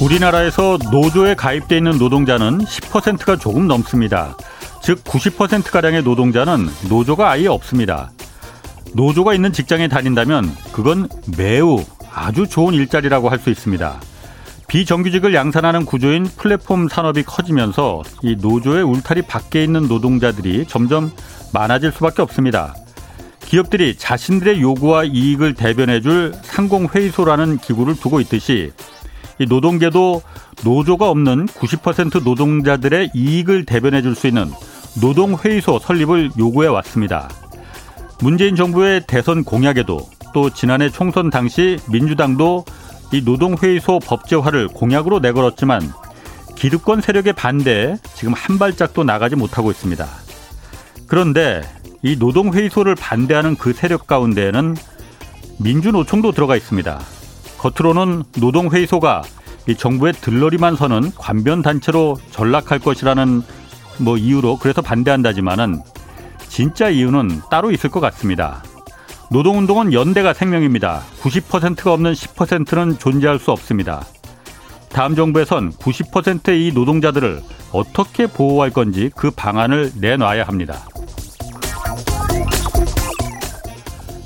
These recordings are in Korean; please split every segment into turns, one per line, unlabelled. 우리나라에서 노조에 가입돼 있는 노동자는 10%가 조금 넘습니다. 즉 90%가량의 노동자는 노조가 아예 없습니다. 노조가 있는 직장에 다닌다면 그건 매우 아주 좋은 일자리라고 할 수 있습니다. 비정규직을 양산하는 구조인 플랫폼 산업이 커지면서 이 노조의 울타리 밖에 있는 노동자들이 점점 많아질 수밖에 없습니다. 기업들이 자신들의 요구와 이익을 대변해줄 상공회의소라는 기구를 두고 있듯이 이 노동계도 노조가 없는 90% 노동자들의 이익을 대변해줄 수 있는 노동회의소 설립을 요구해 왔습니다. 문재인 정부의 대선 공약에도 또 지난해 총선 당시 민주당도 이 노동회의소 법제화를 공약으로 내걸었지만 기득권 세력의 반대에 지금 한 발짝도 나가지 못하고 있습니다. 그런데 이 노동회의소를 반대하는 그 세력 가운데에는 민주노총도 들어가 있습니다. 겉으로는 노동회의소가 이 정부의 들러리만 서는 관변단체로 전락할 것이라는 뭐 이유로 그래서 반대한다지만은 진짜 이유는 따로 있을 것 같습니다. 노동운동은 연대가 생명입니다. 90%가 없는 10%는 존재할 수 없습니다. 다음 정부에선 90%의 이 노동자들을 어떻게 보호할 건지 그 방안을 내놔야 합니다.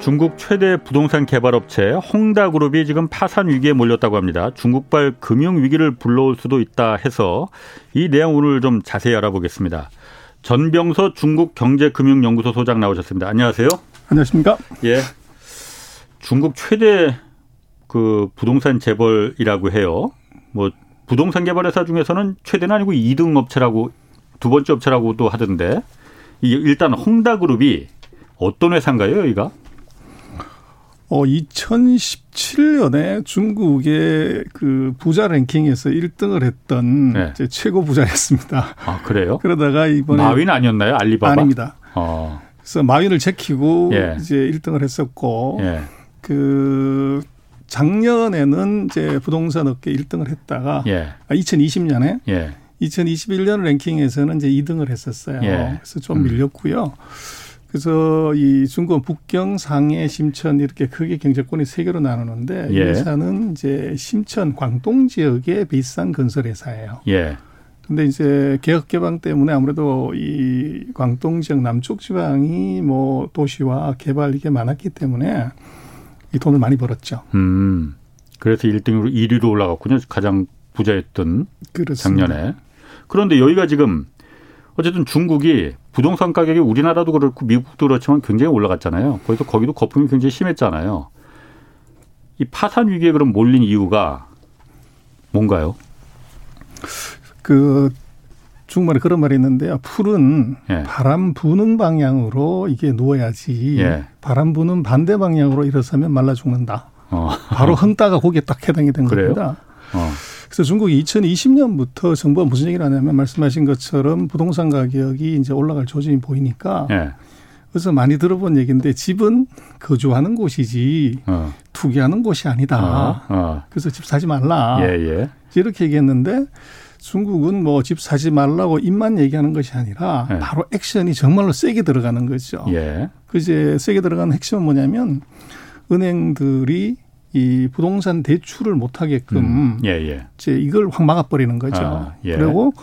중국 최대 부동산 개발 업체 홍다그룹이 지금 파산 위기에 몰렸다고 합니다. 중국발 금융 위기를 불러올 수도 있다 해서 이 내용 오늘 좀 자세히 알아보겠습니다. 전병서 중국 경제금융연구소 소장 나오셨습니다. 안녕하세요.
안녕하십니까?
예. 중국 최대 그 부동산 재벌이라고 해요. 뭐 부동산 개발 회사 중에서는 최대는 아니고 2등 업체라고 두 번째 업체라고도 하던데 이 일단 홍다그룹이 어떤 회사인가요, 여기가?
어, 2017년에 중국의 그 부자 랭킹에서 1등을 했던
네.
이제 최고 부자였습니다.
아 그래요?
그러다가 이번에
마윈 아니었나요, 알리바바?
아닙니다.
어,
그래서 마윈을 제키고
예.
이제 1등을 했었고
예,
그 작년에는 이제 부동산 업계 1등을 했다가
예,
아, 2020년에
예.
2021년 랭킹에서는 이제 2등을 했었어요.
예.
그래서 좀 밀렸고요. 그래서 이 중국 북경, 상해, 심천 이렇게 크게 경제권이 세 개로 나누는데 이
예.
회사는 이제 심천 광동 지역의 비싼 건설 회사예요.
예,
근데 이제 개혁 개방 때문에 아무래도 이 광동 지역 남쪽 지방이 뭐 도시와 개발 이게 많았기 때문에 이 돈을 많이 벌었죠.
음. 그래서 1등으로 1위로 올라갔군요. 가장 부자였던
그렇습니다.
작년에. 그런데 여기가 지금 어쨌든 중국이 부동산 가격이 우리나라도 그렇고 미국도 그렇지만 굉장히 올라갔잖아요. 거기서 거기도 거품이 굉장히 심했잖아요. 이 파산 위기에 그럼 몰린 이유가 뭔가요?
그 중국말에 그런 말이 있는데요. 풀은
예.
바람 부는 방향으로 이게 누워야지.
예.
바람 부는 반대 방향으로 일어서면 말라 죽는다.
어,
바로 흥따가 거기에 딱 해당이 된
그래요?
겁니다.
어,
그래서 중국이 2020년부터 정부가 무슨 얘기를 하냐면 말씀하신 것처럼 부동산 가격이 이제 올라갈 조짐이 보이니까
예,
그래서 많이 들어본 얘기인데 집은 거주하는 곳이지
어,
투기하는 곳이 아니다. 아.
어, 어,
그래서 집 사지 말라.
예, 예,
이렇게 얘기했는데 중국은 뭐 집 사지 말라고 입만 얘기하는 것이 아니라
네.
바로 액션이 정말로 세게 들어가는 거죠.
예,
그 이제 세게 들어가는 핵심은 뭐냐면 은행들이 이 부동산 대출을 못 하게끔
음, 예, 예,
이제 이걸 확 막아버리는 거죠.
아, 예.
그리고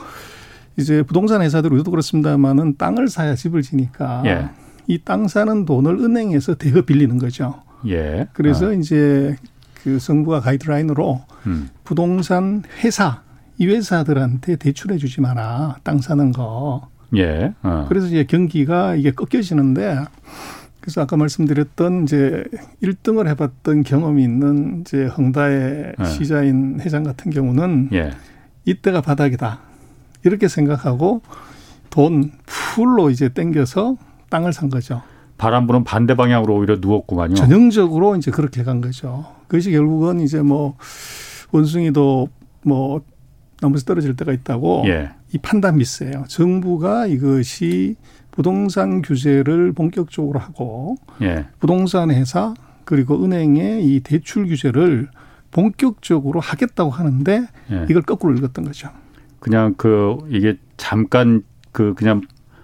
이제 부동산 회사들 우리도 그렇습니다만은 땅을 사야 집을 지니까
예.
이 땅 사는 돈을 은행에서 대거 빌리는 거죠.
예.
그래서 이제 그 정부가 가이드라인으로
아, 음,
부동산 회사 이 회사들한테 대출해 주지 마라 땅 사는 거
예, 어,
그래서 이제 경기가 이게 꺾여지는데 그래서 아까 말씀드렸던 이제 1등을 해봤던 경험이 있는 이제 헝다의
네.
시자인 회장 같은 경우는
예,
이때가 바닥이다 이렇게 생각하고 돈 풀로 이제 땡겨서 땅을 산 거죠
바람 부는 반대 방향으로 오히려 누웠구만요.
전형적으로 이제 그렇게 간 거죠. 그것이 결국은 이제 뭐 원숭이도 뭐 넘어서 떨어질 때가 있다고
예.
이 판단 미스예요. 정부가 이것이 부동산 규제를 본격적으로 하고
예.
부동산 회사 그리고 은행의 이 대출 규제를 본격적으로 하겠다고 하는데
예.
이걸 거꾸로 읽었던 거죠.
네. 그냥 그 이게 잠깐 그 그냥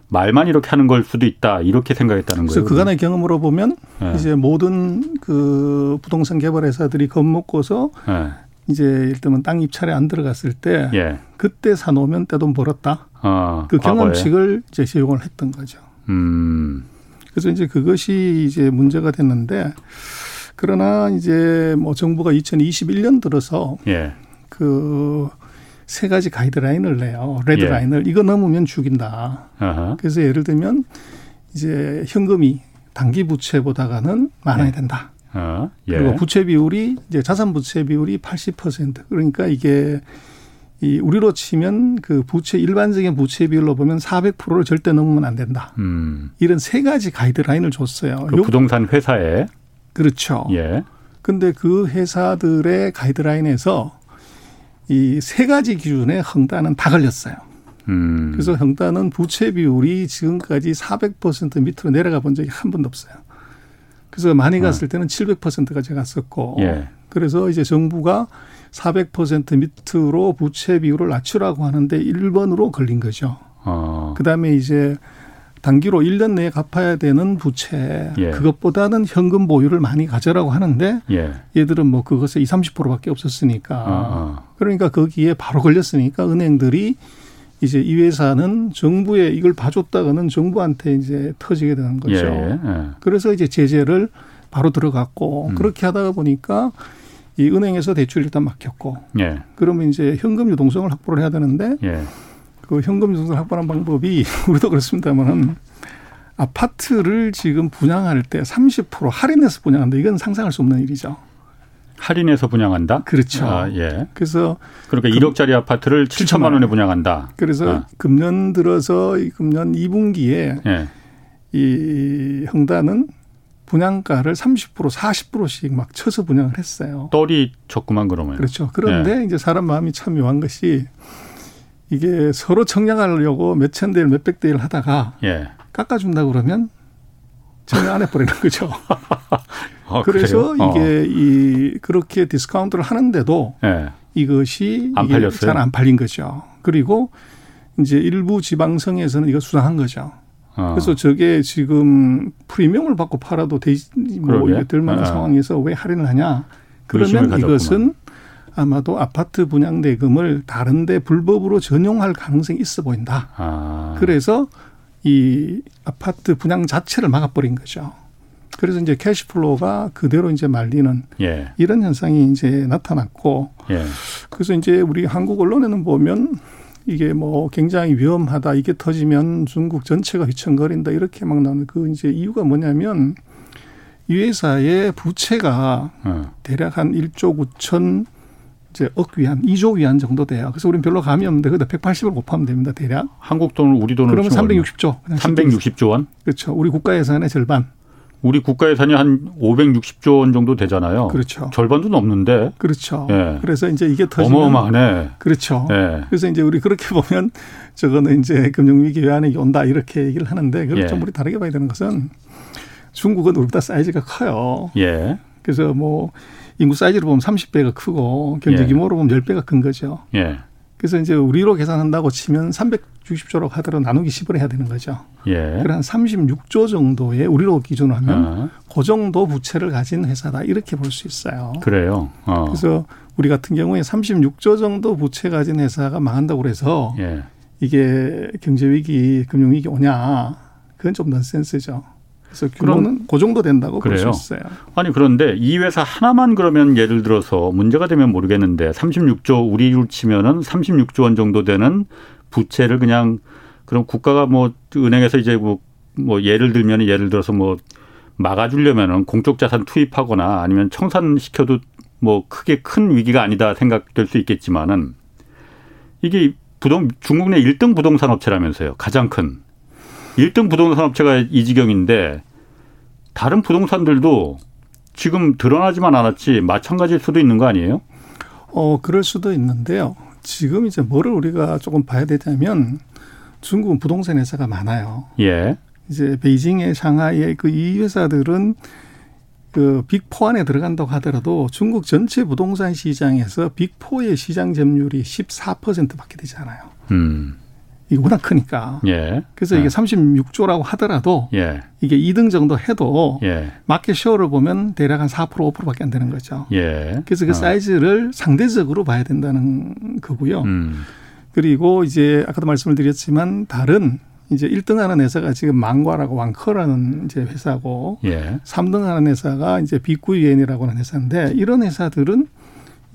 말만 이렇게 하는 걸 수도 있다 이렇게 생각했다는
그래서
거예요.
그간의 경험으로 보면
예.
이제 모든 그 부동산 개발 회사들이 겁먹고서
예.
이제 예를 들면 땅 입찰에 안 들어갔을 때
예.
그때 사놓으면 떼돈 벌었다.
아,
그
과거에.
경험칙을 이제 적용을 했던 거죠.
음.
그래서 이제 그것이 이제 문제가 됐는데 그러나 이제 뭐 정부가 2021년 들어서
예.
그 세 가지 가이드라인을 내요.
예.
레드라인을 이거 넘으면 죽인다.
아하.
그래서 예를 들면 이제 현금이 단기 부채보다가는 많아야 된다.
아, 예.
그리고 부채 비율이 이제 자산 부채 비율이 80% 그러니까 이게 이 우리로 치면 그 부채 일반적인 부채 비율로 보면 400%를 절대 넘으면 안 된다.
음.
이런 세 가지 가이드라인을 줬어요.
그
요-
부동산 회사에
그렇죠.
예.
근데 그 회사들의 가이드라인에서 이 세 가지 기준에恒단은 다 걸렸어요.
음.
그래서恒단은 부채 비율이 지금까지 400% 밑으로 내려가 본 적이 한 번도 없어요. 그래서 많이 갔을 때는 700%까지 갔었고,
아. 예.
그래서 이제 정부가 400% 밑으로 부채 비율을 낮추라고 하는데 1번으로 걸린 거죠.
어.
그 다음에 이제 단기로 1년 내에 갚아야 되는 부채,
예.
그것보다는 현금 보유를 많이 가져라고 하는데
예.
얘들은 뭐 그것에 20, 30%밖에 없었으니까.
아, 아.
그러니까 거기에 바로 걸렸으니까 은행들이 이제 이 회사는 정부에 이걸 봐줬다가는 정부한테 이제 터지게 되는
예.
거죠.
예. 예.
그래서 이제 제재를 바로 들어갔고
음.
그렇게 하다 보니까 이 은행에서 대출이 일단 막혔고
예.
그러면 이제 현금 유동성을 확보를 해야 되는데
예.
그 현금 유동성을 확보하는 방법이 우리도 그렇습니다만은 아파트를 지금 분양할 때 30% 할인해서 분양한다 이건 상상할 수 없는 일이죠.
할인해서 분양한다.
그렇죠.
아, 예.
그래서
그러니까 1억짜리 아파트를 7천만 원에 분양한다.
그래서
아.
금년 들어서 이 금년 2분기에
예.
이 흥단은 분양가를 30% 40%씩 막 쳐서 분양을 했어요.
떨이 적구만 그러면.
그렇죠. 그런데
네.
이제 사람 마음이 참 묘한 것이 이게 서로 청량하려고 몇천 대 일, 몇백 대 일 하다가
예.
깎아준다 그러면 청량 안 해버리는 거죠.
아,
그래서
그래요? 어.
이게 이 그렇게 디스카운트를 하는데도
예.
이것이
안 팔렸어요?
잘 안 팔린 거죠. 그리고 이제 일부 지방성에서는 이거 수상한 거죠.
어.
그래서 저게 지금 프리미엄을 받고 팔아도 되, 뭐
그러게.
이게 될 만한
아.
상황에서 왜 할인을 하냐?
의심을
그러면
가졌구만.
이것은 아마도 아파트 분양 대금을 다른데 불법으로 전용할 가능성이 있어 보인다.
아.
그래서 이 아파트 분양 자체를 막아버린 거죠. 그래서 이제 캐시플로우가 그대로 이제 말리는
예.
이런 현상이 이제 나타났고
예.
그래서 이제 우리 한국 언론에는 보면 이게 뭐 굉장히 위험하다. 이게 터지면 중국 전체가 휘청거린다. 이렇게 막 나오는 그 이제 이유가 뭐냐면 이 회사의 부채가
어.
대략 한 1조 9천 이제 억 위안, 2조 위안 정도 돼요. 그래서 우리는 별로 감이 없는데 그다 180을 곱하면 됩니다. 대략.
한국 돈을 우리 돈으로
그러면
치면 얼마?
360조. 그냥 쉽게
360조 원?
그렇죠. 우리 국가 예산의 절반.
우리 국가 예산이 한 560조 원 정도 되잖아요.
그렇죠.
절반도 넘는데
그렇죠.
어. 예.
그래서 이제 이게 터지면
어마어마하네.
그렇죠.
예.
그래서 이제 우리 그렇게 보면 저거는 이제 금융위기 외환위기 온다 이렇게 얘기를 하는데 그걸
예.
좀 우리 다르게 봐야 되는 것은 중국은 우리보다 사이즈가 커요.
예.
그래서 뭐 인구 사이즈로 보면 30배가 크고 경제
예.
규모로 보면 10배가 큰 거죠.
예.
그래서 이제 우리로 계산한다고 치면 360조라고 하더라도 나누기 10을 해야 되는 거죠.
예.
그래 한 36조 정도의 우리로 기준으로 하면
아,
그 정도 부채를 가진 회사다 이렇게 볼 수 있어요.
그래요. 어.
그래서 우리 같은 경우에 36조 정도 부채 가진 회사가 망한다고 그래서
예.
이게 경제 위기, 금융 위기 오냐? 그건 좀 넌센스죠. 그래서
그럼-
규모는 그 정도 된다고 볼 수
그래요?
있어요.
아니 그런데 이 회사 하나만 그러면 예를 들어서 문제가 되면 모르겠는데 36조 우리율 치면은 36조 원 정도 되는 부채를 그냥 그럼 국가가 뭐 은행에서 이제 뭐, 뭐 예를 들면 예를 들어서 뭐 막아주려면은 공적 자산 투입하거나 아니면 청산시켜도 뭐 크게 큰 위기가 아니다 생각될 수 있겠지만은 이게 부동 중국 내 1등 부동산 업체라면서요. 가장 큰 1등 부동산 업체가 이 지경인데 다른 부동산들도 지금 드러나지만 않았지 마찬가지일 수도 있는 거 아니에요?
어, 그럴 수도 있는데요. 지금 이제 뭐를 우리가 조금 봐야 되냐면 중국은 부동산 회사가 많아요.
예.
이제 베이징에 상하이에 그 이 회사들은 그 빅포 안에 들어간다고 하더라도 중국 전체 부동산 시장에서 빅포의 시장 점유율이 14%밖에 되지 않아요.
음.
이게 워낙 크니까.
예.
그래서 이게 36조라고 하더라도
예.
이게 2등 정도 해도
예.
마켓 쉐어를 보면 대략 한 4%, 5%밖에 안 되는 거죠.
예.
그래서 그 사이즈를 상대적으로 봐야 된다는 거고요.
음.
그리고 이제 아까도 말씀을 드렸지만 다른 이제 1등 하는 회사가 지금 망과라고 왕커라는 이제 회사고
예.
3등 하는 회사가 이제 비구이엔이라고 하는 회사인데 이런 회사들은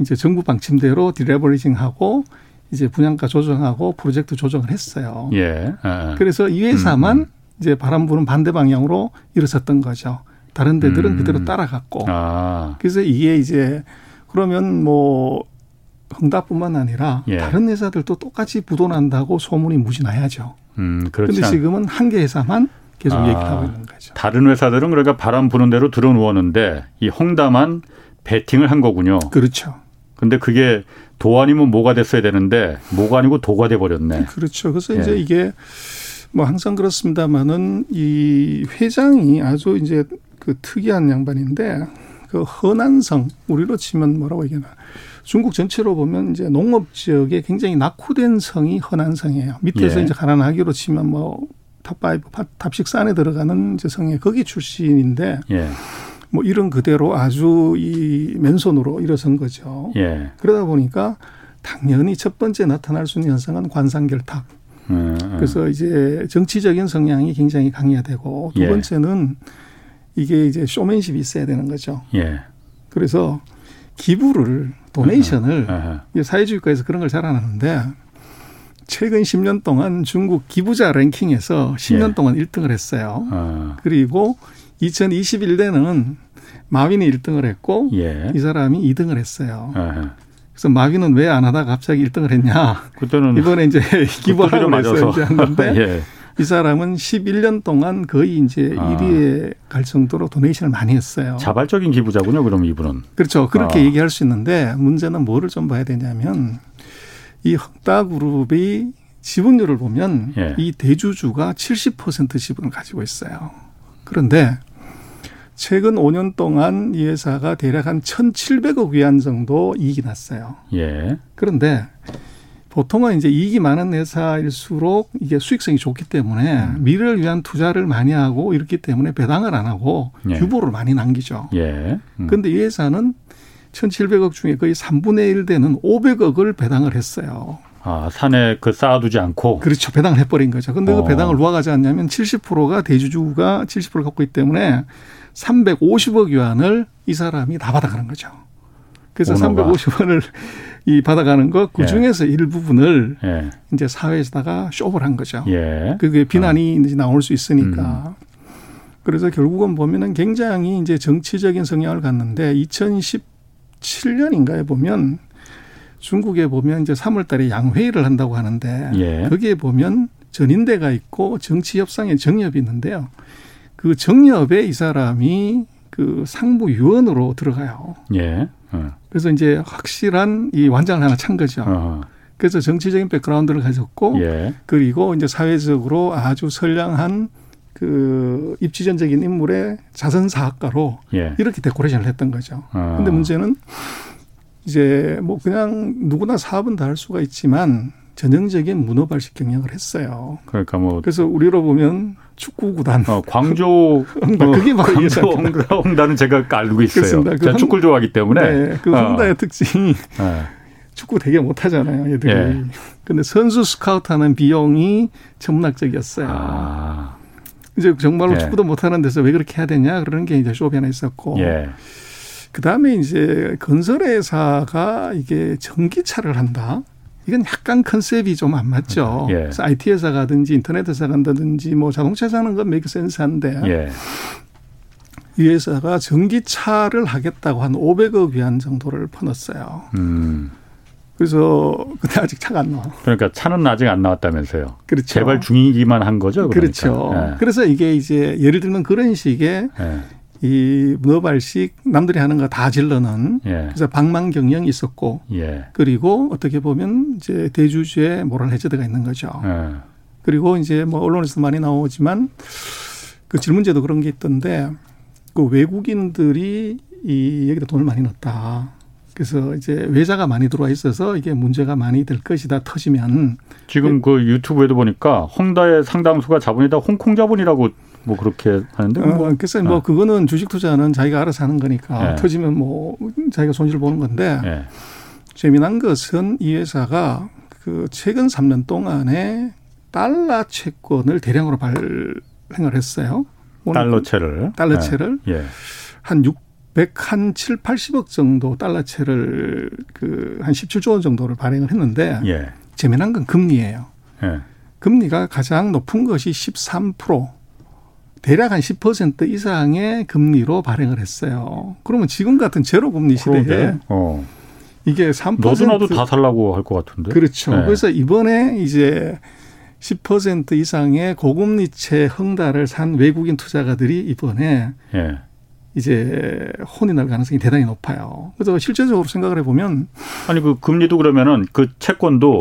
이제 정부 방침대로 디레버리징하고 이제 분양가 조정하고 프로젝트 조정을 했어요.
예. 아.
그래서 이 회사만
음,
이제 바람 부는 반대 방향으로 일어섰던 거죠. 다른 데들은
음.
그대로 따라갔고.
아.
그래서 이게 이제 그러면 뭐 흥다뿐만 아니라
예.
다른 회사들도 똑같이 부도난다고 소문이 무지 나야죠.
음.
그
그렇지.
근데
않-
지금은 한 개 회사만 계속
아.
얘기를 하고 있는 거죠.
다른 회사들은 그러니까 바람 부는 대로 들어 누웠는데 이 헝다만 배팅을 한 거군요.
그렇죠.
근데 그게 도 아니면 뭐가 됐어야 되는데 뭐가 아니고 도가 돼 버렸네.
그렇죠. 그래서
예.
이제 이게 뭐 항상 그렇습니다만은 이 회장이 아주 이제 그 특이한 양반인데 그 허난성 우리로 치면 뭐라고 얘기하나 중국 전체로 보면 이제 농업 지역에 굉장히 낙후된 성이 허난성이에요. 밑에서
예.
이제 가난하기로 치면 뭐 탑5, 탑6 안에 들어가는 이제 성에 거기 출신인데
예.
뭐 이런 그대로 아주 이 맨손으로 일어선 거죠.
예.
그러다 보니까 당연히 첫 번째 나타날 수 있는 현상은 관상결탁.
음, 음.
그래서 이제 정치적인 성향이 굉장히 강해야 되고 두
예.
번째는 이게 이제 쇼맨십이 있어야 되는 거죠.
예.
그래서 기부를 도네이션을
아하.
이제 사회주의국가에서 그런 걸 잘 안 하는데 최근 10년 동안 중국 기부자 랭킹에서 10년
예.
동안 1등을 했어요.
아.
그리고 2021년에는 마윈이 1등을 했고
예.
이 사람이 2등을 했어요.
아하.
그래서 마윈은 왜 안 하다가 갑자기 1등을 했냐?
그때는
이번에 이제
음. 그때도
기부하라고 해서 이제 한 건데
예.
이 사람은 11년 동안 거의 이제
아.
1위에 갈 정도로 도네이션을 많이 했어요.
자발적인 기부자군요. 그럼 이분은.
그렇죠. 그렇게
아.
얘기할 수 있는데 문제는 뭐를 좀 봐야 되냐면 이 흑다그룹의 지분율을 보면
예.
이 대주주가 70% 지분을 가지고 있어요. 그런데 최근 5년 동안 이 회사가 대략 한 1,700억 위안 정도 이익이 났어요.
예.
그런데 보통은 이제 이익이 많은 회사일수록 이게 수익성이 좋기 때문에
음.
미래를 위한 투자를 많이 하고 이렇기 때문에 배당을 안 하고
예.
유보를 많이 남기죠.
예. 음.
그런데 이 회사는 1,700억 중에 거의 3분의 1 되는 500억을 배당을 했어요.
아, 산에 그 쌓아두지 않고.
그렇죠. 배당을 해버린 거죠. 근데
어.
그 배당을 누가 가져왔냐면 70%가 대주주가 70%를 갖고 있기 때문에 350억 위안을 이 사람이 다 받아가는 거죠. 그래서
오너가.
350원을 이 받아가는 거, 그
예.
중에서 일부분을
예.
이제 사회에다가 쇼업을 한 거죠.
예. 음.
그게 비난이 이제 나올 수 있으니까. 그래서 결국은 보면은 굉장히 이제 정치적인 성향을 갖는데 2017년인가에 보면 중국에 보면 이제 3월 달에 양회의를 한다고 하는데
예.
거기에 보면 전인대가 있고 정치 협상에 정협이 있는데요. 그 정협에 이 사람이 그 상부 위원으로 들어가요.
예. 어.
그래서 이제 확실한 이 완장을 하나 찬 거죠.
어.
그래서 정치적인 백그라운드를 가졌고
예.
그리고 이제 사회적으로 아주 선량한 그 입지전적인 인물의 자선사학가로
예.
이렇게 데코레이션을 했던 거죠.
아.
근데 문제는 이제 뭐 그냥 누구나 사업은 다 할 수가 있지만 전형적인 문어발식 경영을 했어요.
그러니까 뭐
그래서 우리로 보면 축구구단.
어, 광주
흥다. 그게 바로
광주
이해가 안
홍다, 홍다는 제가 알고 있어요.
그렇습니다. 그
제가
홍-
축구를 좋아하기 때문에.
그
어.
혼다의 특징이
예.
네. 축구 되게 못하잖아요, 얘들이.
예.
근데 선수 스카우트하는 비용이 전문학적이었어요.
아.
이제 정말로
예.
축구도 못하는 데서 왜 그렇게 해야 되냐 그런 게 이제 쇼비 하나 있었고
예.
그다음에 이제 건설회사가 이게 전기차를 한다. 이건 약간 컨셉이 좀 안 맞죠.
예.
그래서 IT 회사 가든지 인터넷 회사 간다든지 뭐 자동차 사는 건 메이크 센스한데
예.
이 회사가 전기차를 하겠다고 한 500억 위안 정도를 퍼넣었어요.
음.
그래서 근데 아직 차가 안 나와.
그러니까 차는 아직 안 나왔다면서요.
그렇죠.
재발 중이기만 한 거죠. 그러니까.
그렇죠. 그래서 이게 이제 예를 들면 그런 식의
예. 예.
이 너발식 남들이 하는 거 다 질러는
예.
그래서 방망 경영이 있었고
예.
그리고 어떻게 보면 이제 대주주의 모ral 해저드가 있는 거죠.
예.
그리고 이제 뭐 언론에서 많이 나오지만 그 질문제도 그런 게 있던데 그 외국인들이 이 여기다 돈을 많이 넣었다. 그래서 이제 외자가 많이 들어와 있어서 이게 문제가 많이 될 것이다 터지면 네.
지금 그 유튜브에도 보니까 헝다의 상당수가 자본이 다 홍콩 자본이라고 뭐 그렇게 하는데 뭐
어, 글쎄 뭐
어.
그거는 주식 투자는 자기가 알아서 하는 거니까
예.
터지면 뭐 자기가 손실 보는 건데
예.
재미난 것은 이 회사가 그 최근 3년 동안에 달러 채권을 대량으로 발행을 했어요. 오늘
달러채를
달러채를
예. 예.
한 600, 한 7, 80억 정도 달러채를 그 한 17조 원 정도를 발행을 했는데
예.
재미난 건 금리예요.
예.
금리가 가장 높은 것이 13% 대략 한 10% 이상의 금리로 발행을 했어요. 그러면 지금 같은 제로 금리 시대에
그런데 어.
이게 3%
너도 나도 다 살라고 할 것 같은데.
그렇죠.
예.
그래서 이번에 이제 10% 이상의 고금리채 헝다를 산 외국인 투자가들이 이번에
예.
이제 혼이 날 가능성이 대단히 높아요. 그래서 실제적으로 생각을 해보면
아니 그 금리도 그러면은 그 채권도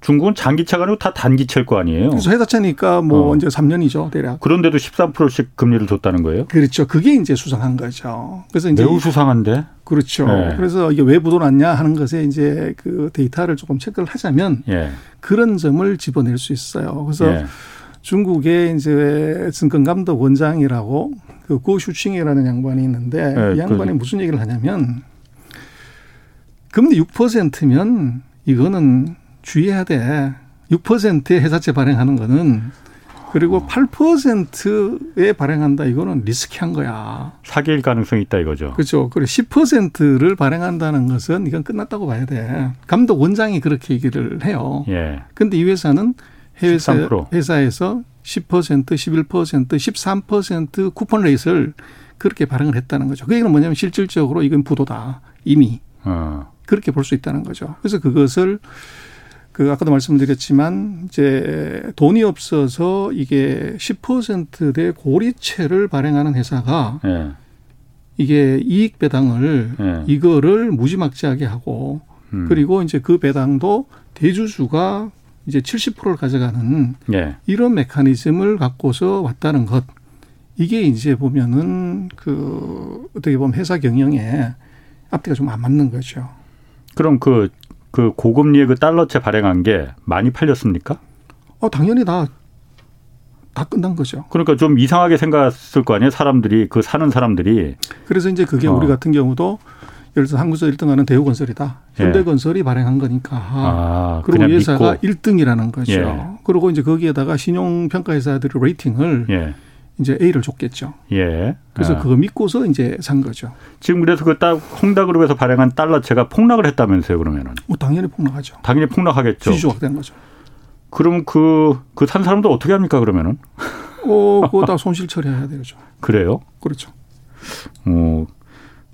중국은 장기채가 아니고 다 단기채일 거 아니에요.
그래서 회사채니까 뭐
어.
이제 3년이죠 대략.
그런데도 13%씩 금리를 줬다는 거예요?
그렇죠. 그게 이제 수상한 거죠. 그래서 이제
매우 수상한데.
그렇죠.
네.
그래서 이게 왜 부도났냐 하는 것에 이제 그 데이터를 조금 체크를 하자면
예.
그런 점을 집어낼 수 있어요. 그래서
예.
중국의 이제 증권감독 원장이라고 그고 슈칭이라는 양반이 있는데
네,
이 양반이
그-
무슨 얘기를 하냐면 금리 6%면 이거는 주의해야 돼. 6%의 회사채 발행하는 거는
어.
그리고 8%에 발행한다 이거는 리스키한 거야.
사기일 가능성이 있다 이거죠.
그렇죠. 그리고 10%를 발행한다는 것은 이건 끝났다고 봐야 돼. 감독 원장이 그렇게 얘기를 해요.
예.
근데 이 회사는 해외사
13%.
회사에서 10%, 11%, 13% 쿠폰 레이스를 그렇게 발행을 했다는 거죠. 그 얘기는 뭐냐면 실질적으로 이건 부도다. 이미
어.
그렇게 볼 수 있다는 거죠. 그래서 그것을 그 아까도 말씀드렸지만 이제 돈이 없어서 이게 10%대 고리채를 발행하는 회사가
예.
이게 이익 배당을
예.
이거를 무지막지하게 하고
음.
그리고 이제 그 배당도 대주주가 이제 70%를 가져가는
예.
이런 메커니즘을 갖고서 왔다는 것. 이게 이제 보면은 그 어떻게 보면 회사 경영에 앞뒤가 좀 안 맞는 거죠.
그럼 그, 그 고금리의 그 달러채 발행한 게 많이 팔렸습니까?
어, 당연히 다, 다 끝난 거죠.
그러니까 좀 이상하게 생각했을 거 아니에요? 사람들이, 그 사는 사람들이.
그래서 이제 그게
어.
우리 같은 경우도 예를 들어서 한국에서 1등하는 대우건설이다.
예.
현대건설이 발행한 거니까.
아,
그리고
그냥
이 회사가
믿고.
1등이라는 거죠.
예.
그리고 이제 거기에다가 신용평가회사들의 아, 레이팅을
예.
이제 A를 줬겠죠.
예.
그래서
아.
그거 믿고서 이제 산 거죠.
지금 그래서 그 따, 홍다그룹에서 발행한 달러채가 폭락을 했다면서요, 그러면은.
뭐 당연히 폭락하죠.
당연히 폭락하겠죠.
지주가 된 거죠.
그럼 그, 그 산 사람들 어떻게 합니까, 그러면은?
어, 그거 다 손실 처리해야 되죠.
그래요?
그렇죠.
어,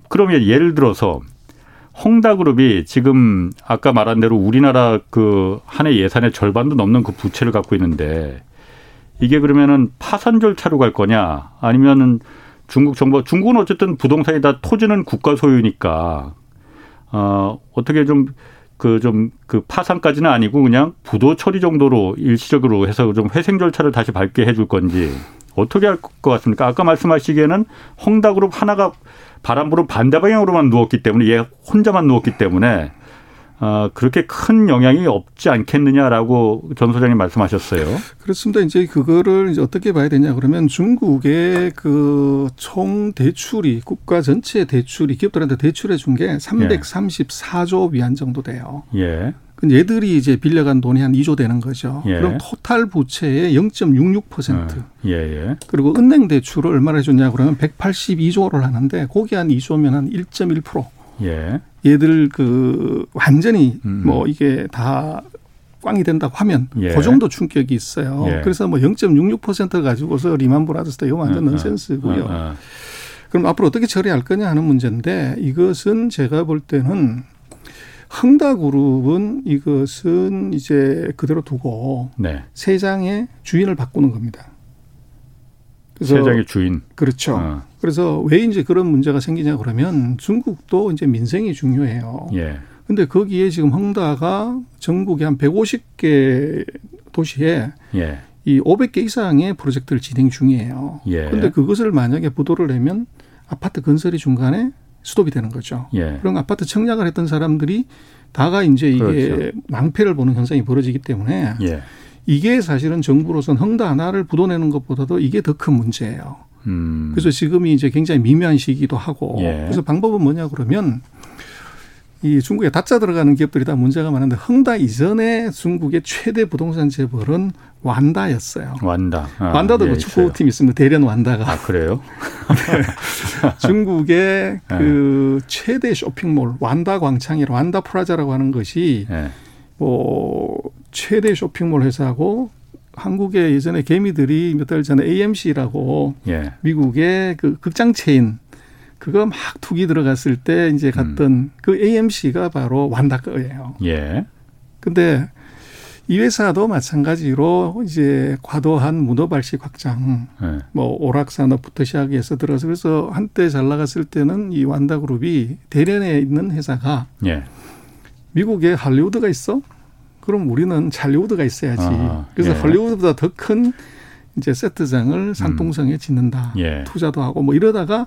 그럼 예- 예를 들어서 헝다그룹이 지금 아까 말한 대로 우리나라 그 한 해 예산의 절반도 넘는 그 부채를 갖고 있는데 이게 그러면은 파산 절차로 갈 거냐 아니면은 중국 정부 중국은 어쨌든 부동산이 다 토지는 국가 소유니까 어, 어떻게 좀 그 좀 그 파산까지는 아니고 그냥 부도 처리 정도로 일시적으로 해서 좀 회생 절차를 다시 밟게 해줄 건지 어떻게 할 것 같습니까? 아까 말씀하시기에는 헝다그룹 하나가 바람부로 반대 방향으로만 누웠기 때문에 얘 혼자만 누웠기 때문에 어, 그렇게 큰 영향이 없지 않겠느냐라고 전 소장님 말씀하셨어요.
그렇습니다. 이제 그거를 이제 어떻게 봐야 되냐 그러면 중국의 그 총 대출이 국가 전체 대출이 기업들한테 대출해 준 게 334조 위안 정도 돼요.
예,
근데 얘들이 이제 빌려간 돈이 한 2조 되는 거죠.
예.
그럼 토탈 부채의 0.66%.
어, 예, 예.
그리고 은행 대출을 얼마나 해줬냐 그러면 182조를 하는데 거기 한 2조면 한 1.1%.
예,
얘들 그 완전히
음.
뭐 이게 다 꽝이 된다고 하면
예.
그 정도 충격이 있어요.
예.
그래서 뭐 0.66% 가지고서 리만 브라더스다 이거 완전
어, 어.
넌센스고요.
어, 어.
그럼 앞으로 어떻게 처리할 거냐 하는 문제인데 이것은 제가 볼 때는 흥다그룹은 이것은 이제 그대로 두고
네,
세장의 주인을 바꾸는 겁니다. 그래서
세상의 주인.
그렇죠.
어,
그래서 왜 이제 그런 문제가 생기냐 그러면 중국도 이제 민생이 중요해요.
예.
근데 거기에 지금 헝다가 전국에 한 150개 도시에
예.
이 500개 이상의 프로젝트를 진행 중이에요.
예.
근데 그것을 만약에 부도를 내면 아파트 건설이 중간에 스톱이 되는 거죠.
예.
그런 아파트 청약을 했던 사람들이 다가 이제 이게
그렇죠.
낭패를 보는 현상이 벌어지기 때문에
예.
이게 사실은 정부로선 헝다 하나를 부도내는 것보다도 이게 더 큰 문제예요.
음.
그래서 지금이 이제 굉장히 미묘한 시기도 하고
예.
그래서 방법은 뭐냐 그러면 이 중국에 다짜 들어가는 기업들이 다 문제가 많은데 헝다 이전에 중국의 최대 부동산 재벌은 완다였어요.
완다. 아,
완다도
예,
그
있어요.
축구팀 있습니다. 대련 완다가
아 그래요? 아. 예.
중국의 그 최대 쇼핑몰 완다 광창이 완다 프라자라고 하는 것이
예.
뭐 최대 쇼핑몰 회사고 한국에 예전에 개미들이 몇 달 전에 AMC라고
예.
미국의 그 극장 체인 그거 막 투기 들어갔을 때 이제 갔던 그 AMC가 바로 완다 거예요.
예.
근데 이 회사도 마찬가지로 이제 과도한 문어 발식 확장,
예.
뭐 오락 산업부터 시작해서 들어서 그래서 한때 잘 나갔을 때는 이 완다 그룹이 대련에 있는 회사가
예.
미국에 할리우드가 있어? 그럼 우리는 잘리우드가 있어야지.
아,
그래서
예. 음.
할리우드보다 더 큰 이제 세트장을 산동성에 짓는다.
예.
투자도 하고 뭐 이러다가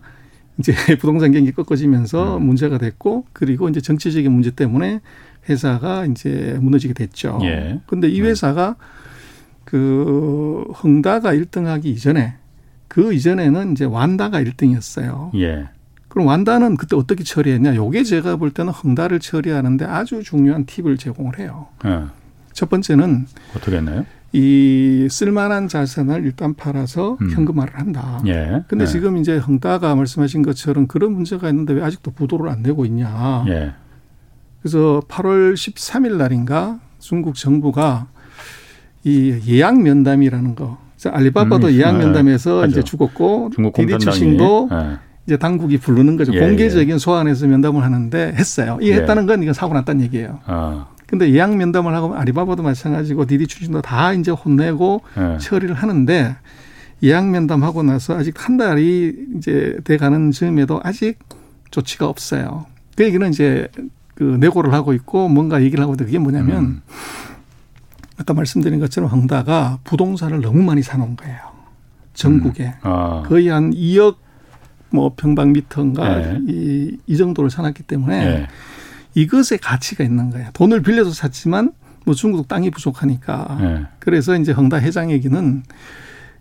이제 부동산 경기 꺾어지면서
음.
문제가 됐고 그리고 이제 정치적인 문제 때문에 회사가 이제 무너지게 됐죠.
예.
근데 이 회사가 그 헝다가 1등하기 이전에 그 이전에는 이제 완다가 1등이었어요.
예.
그럼 완다는 그때 어떻게 처리했냐? 요게 제가 볼 때는 헝다를 처리하는데 아주 중요한 팁을 제공을 해요.
어.
첫 번째는
어떻게 했나요?
이 쓸만한 자산을 일단 팔아서
음.
현금화를 한다.
예.
근데
예.
지금 이제 헝다가 말씀하신 것처럼 그런 문제가 있는데 왜 아직도 부도를 안 내고 있냐?
예.
그래서 8월 13일 날인가 중국 정부가 이 예약 면담이라는 거. 그래서 알리바바도
음,
예약
네.
면담에서
하죠.
이제 죽었고
중국
디디
공산당이
출신도
예.
이제 당국이 부르는 거죠.
예,
공개적인 소환에서 면담을 하는데 했어요. 이
예.
했다는 건 이건 사고 났다는 얘기예요.
아,
근데 예약 면담을 하고 아리바바도 마찬가지고 디디 출신도 다 이제 혼내고
예.
처리를 하는데 예약 면담하고 나서 아직 한 달이 이제 돼 가는 즈음에도 아직 조치가 없어요. 그 얘기는 이제 그 내고를 하고 있고 뭔가 얘기를 하고 있는데 그게 뭐냐면
음.
아까 말씀드린 것처럼 헝다가 부동산을 너무 많이 사놓은 거예요. 전국에.
아,
거의 한 2억 뭐 평방미터인가
예.
이, 이 정도를 사놨기 때문에
예.
이것에 가치가 있는 거야. 돈을 빌려서 샀지만 뭐 중국 땅이 부족하니까.
예.
그래서 이제 헝다 회장 얘기는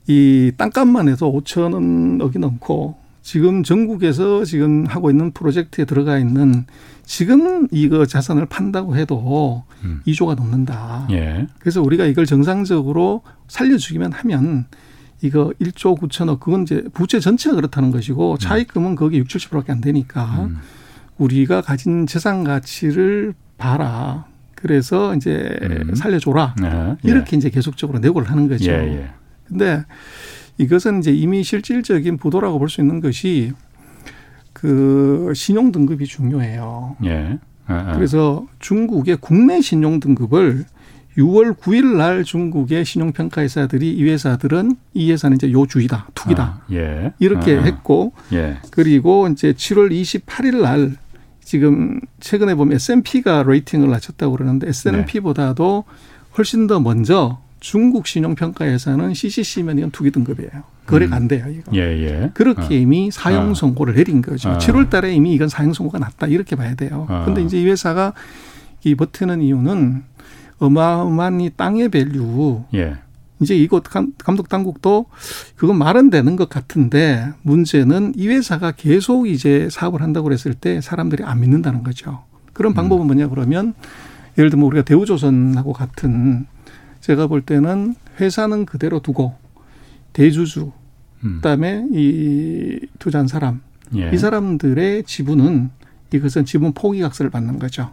이 땅값만 해서 5천 원억이 넘고 지금 전국에서 지금 하고 있는 프로젝트에 들어가 있는 지금 이거 자산을 판다고 해도
음.
2조가 넘는다.
예.
그래서 우리가 이걸 정상적으로 살려주기만 하면 이거 1조 9천억 그건 이제 부채 전체가 그렇다는 것이고 차익금은 거기 6, 70%밖에 안 되니까
음.
우리가 가진 재산 가치를 봐라. 그래서 이제
음.
살려줘라.
예.
이렇게 이제 계속적으로 내고를 하는 거죠.
예. 예.
근데 이것은 이제 이미 실질적인 부도라고 볼 수 있는 것이 그 신용 등급이 중요해요.
예. 예. 예.
그래서 중국의 국내 신용 등급을 6월 9일 날 중국의 신용평가 회사들이 이 회사들은 이 회사는 이제 요주이다, 투기다.
아, 예.
이렇게
아,
했고
예.
그리고 이제 7월 28일 날 지금 최근에 보면 S&P가 레이팅을 낮췄다고 그러는데 S&P보다도
네.
훨씬 더 먼저 중국 신용평가 회사는 CCC면 이건 투기 등급이에요. 거래가 안 돼요, 이거.
예. 예.
그렇게 이미 사형
아.
선고를 내린 거죠.
아.
7월 달에 이미 이건 사형 선고가 났다. 이렇게 봐야 돼요.
아.
근데 이제 이 회사가 이 버티는 이유는 어마어마한 이 땅의 밸류
예.
이제 이곳 감- 감독 당국도 그건 말은 되는 것 같은데 문제는 이 회사가 계속 이제 사업을 한다고 그랬을 때 사람들이 안 믿는다는 거죠. 그런 방법은 뭐냐 그러면 예를 들면 우리가 대우조선하고 같은 제가 볼 때는 회사는 그대로 두고 대주주
음.
그다음에 이 투자한 사람
예.
이 사람들의 지분은 이것은 지분 포기각서를 받는 거죠.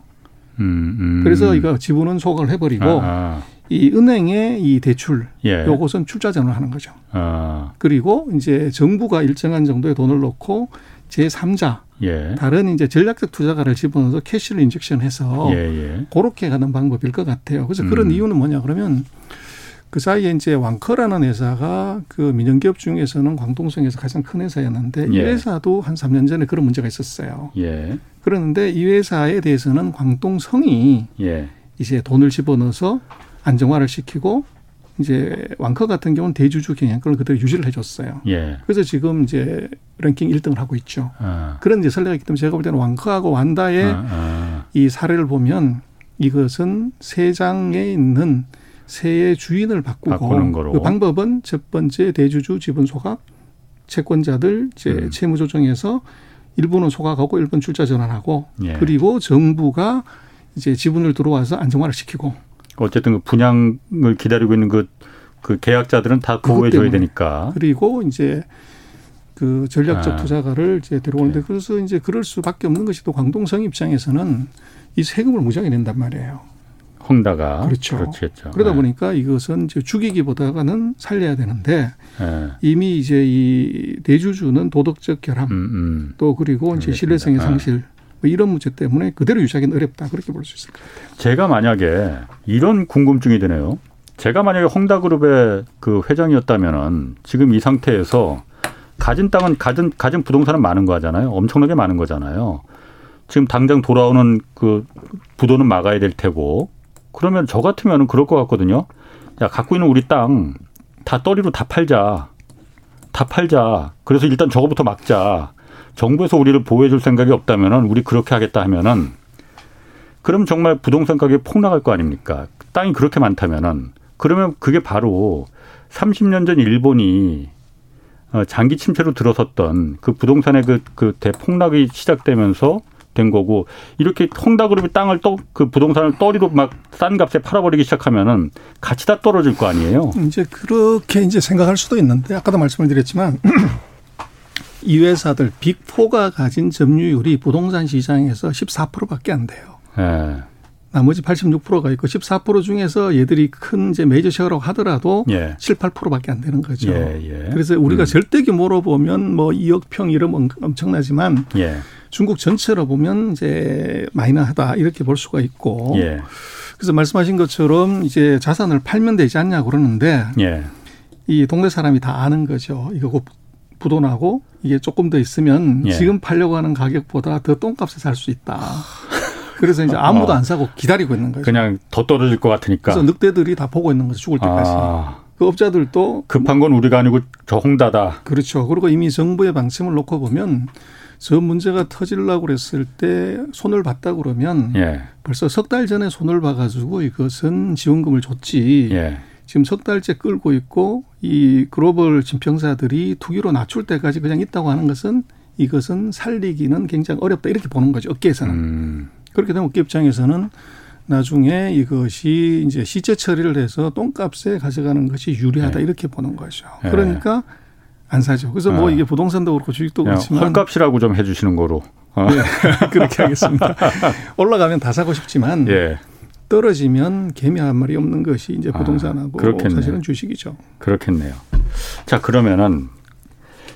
음, 음.
그래서 이거 지분은 소각을 해버리고
아, 아.
이 은행의 이 대출
예.
요것은 출자 전환하는 거죠.
아,
그리고 이제 정부가 일정한 정도의 돈을 넣고 제3자
예.
다른 이제 전략적 투자가를 집어넣어서 캐시를 인젝션해서
예, 예.
그렇게 가는 방법일 것 같아요. 그래서 그런
음.
이유는 뭐냐 그러면 그 사이에 이제 왕커라는 회사가 그 민영기업 중에서는 광동성에서 가장 큰 회사였는데 이
예.
회사도 한 3년 전에 그런 문제가 있었어요.
예.
그런데 이 회사에 대해서는 광동성이
예.
이제 돈을 집어넣어서 안정화를 시키고 이제 왕커 같은 경우는 대주주 경영권을 그대로 유지를 해줬어요.
예.
그래서 지금 이제 랭킹 1등을 하고 있죠.
아.
그런 이제 설레가 있기 때문에 제가 볼 때는 왕커하고 완다의
아, 아.
이 사례를 보면 이것은 세장에 있는 세의 주인을 바꾸고
바꾸는 거로.
그 방법은 첫 번째 대주주 지분 소각, 채권자들 이제
음.
채무 조정해서 일부는 소각하고 일부 는 출자 전환하고
예.
그리고 정부가 이제 지분을 들어와서 안정화를 시키고
어쨌든 그 분양을 기다리고 있는 그, 그 계약자들은 다 보호해줘야
때문에.
되니까.
그리고 이제 그 전략적
아. 예.
투자가를 이제 데려오는데 그래서 이제 그럴 수밖에 없는 것이 또 광동성 입장에서는 이 세금을 무지하게 낸단 말이에요.
헝다가.
그렇죠.
그렇겠죠.
그러다
예.
보니까 이것은 이제 죽이기보다는 살려야 되는데
예.
이미 이제 이 대주주는 도덕적 결함
음, 음.
또 그리고 이제
알겠습니다.
신뢰성의
아.
상실 뭐 이런 문제 때문에 그대로 유지하기는 어렵다 그렇게 볼 수 있을 것 같아요.
제가 만약에 이런 궁금증이 드네요. 제가 만약에 헝다그룹의 그 회장이었다면은 지금 이 상태에서 가진 땅은 가진 가진 부동산은 많은 거잖아요. 엄청나게 많은 거잖아요. 지금 당장 돌아오는 그 부도는 막아야 될 테고 그러면 저 같으면은 그럴 것 같거든요. 야 갖고 있는 우리 땅 다 떨이로 다 팔자. 다 팔자. 그래서 일단 저거부터 막자. 정부에서 우리를 보호해 줄 생각이 없다면은 우리 그렇게 하겠다 하면은 그럼 정말 부동산 가격이 폭락할 거 아닙니까? 땅이 그렇게 많다면은 그러면 그게 바로 30년 전 일본이 어, 장기 침체로 들어섰던 그 부동산의 그, 그 대폭락이 시작되면서 된 거고 이렇게 헝다그룹이 땅을 떠 그 부동산을 떠리로 막 싼 값에 팔아버리기 시작하면은 같이 다 떨어질 거 아니에요?
이제 그렇게 이제 생각할 수도 있는데 아까도 말씀을 드렸지만 이 회사들 빅4가 가진 점유율이 부동산 시장에서 14%밖에 안 돼요.
예,
나머지 86%가 있고 14% 중에서 얘들이 큰 이제 메이저 셰어라고 하더라도
예,
7, 8%밖에 안 되는 거죠.
예, 예.
그래서 우리가
음.
절대 규모로 보면 뭐 2억 평 이러면 엄청나지만
예,
중국 전체로 보면 이제 마이너하다 이렇게 볼 수가 있고
예,
그래서 말씀하신 것처럼 이제 자산을 팔면 되지 않냐 그러는데
예,
이 동네 사람이 다 아는 거죠. 이거 곧 부도나고 이게 조금 더 있으면
예.
지금 팔려고 하는 가격보다 더 똥값에 살 수 있다. 그래서 이제 아무도
어.
안 사고 기다리고 있는 거죠.
그냥 더 떨어질 것 같으니까.
그래서 늑대들이 다 보고 있는 거죠. 죽을 때까지.
그러니까. 아,
그 업자들도
급한 건 우리가 아니고 저 홍다다.
그렇죠. 그리고 이미 정부의 방침을 놓고 보면 저 문제가 터지려고 그랬을 때 손을 봤다 그러면
예,
벌써 석 달 전에 손을 봐가지고 이것은 지원금을 줬지.
예,
지금 석 달째 끌고 있고 이 글로벌 진평사들이 투기로 낮출 때까지 그냥 있다고 하는 것은 이것은 살리기는 굉장히 어렵다 이렇게 보는 거죠. 업계에서는.
음,
그렇게 되면 업계 입장에서는 나중에 이것이 이제 시제 처리를 해서 똥값에 가져가는 것이 유리하다
예.
이렇게 보는 거죠.
예.
그러니까 안 사죠. 그래서 뭐
아.
이게 부동산도 그렇고 주식도
그냥
그렇지만
헐값이라고 좀 해주시는 거로. 어.
그렇게 하겠습니다. 올라가면 다 사고 싶지만
예,
떨어지면 개미 한 마리 없는 것이 이제
아,
부동산하고
그렇겠네요.
사실은 주식이죠.
그렇겠네요. 자, 그러면은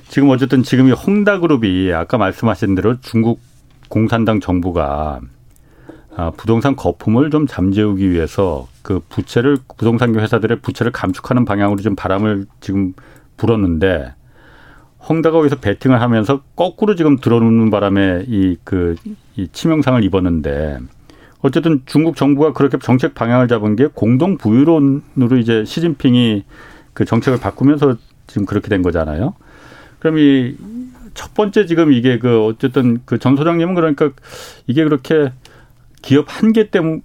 지금 어쨌든 지금 이 홍다그룹이 아까 말씀하신 대로 중국 공산당 정부가 아, 부동산 거품을 좀 잠재우기 위해서 그 부채를 부동산 회사들의 부채를 감축하는 방향으로 좀 바람을 지금 불었는데 헝다가 여기서 베팅을 하면서 거꾸로 지금 들어오는 바람에 이 그 이 치명상을 입었는데 어쨌든 중국 정부가 그렇게 정책 방향을 잡은 게 공동 부유론으로 이제 시진핑이 그 정책을 바꾸면서 지금 그렇게 된 거잖아요. 그럼 이 첫 번째 지금 이게 그 어쨌든 그 전 소장님은 그러니까 이게 그렇게 기업 한 개 때문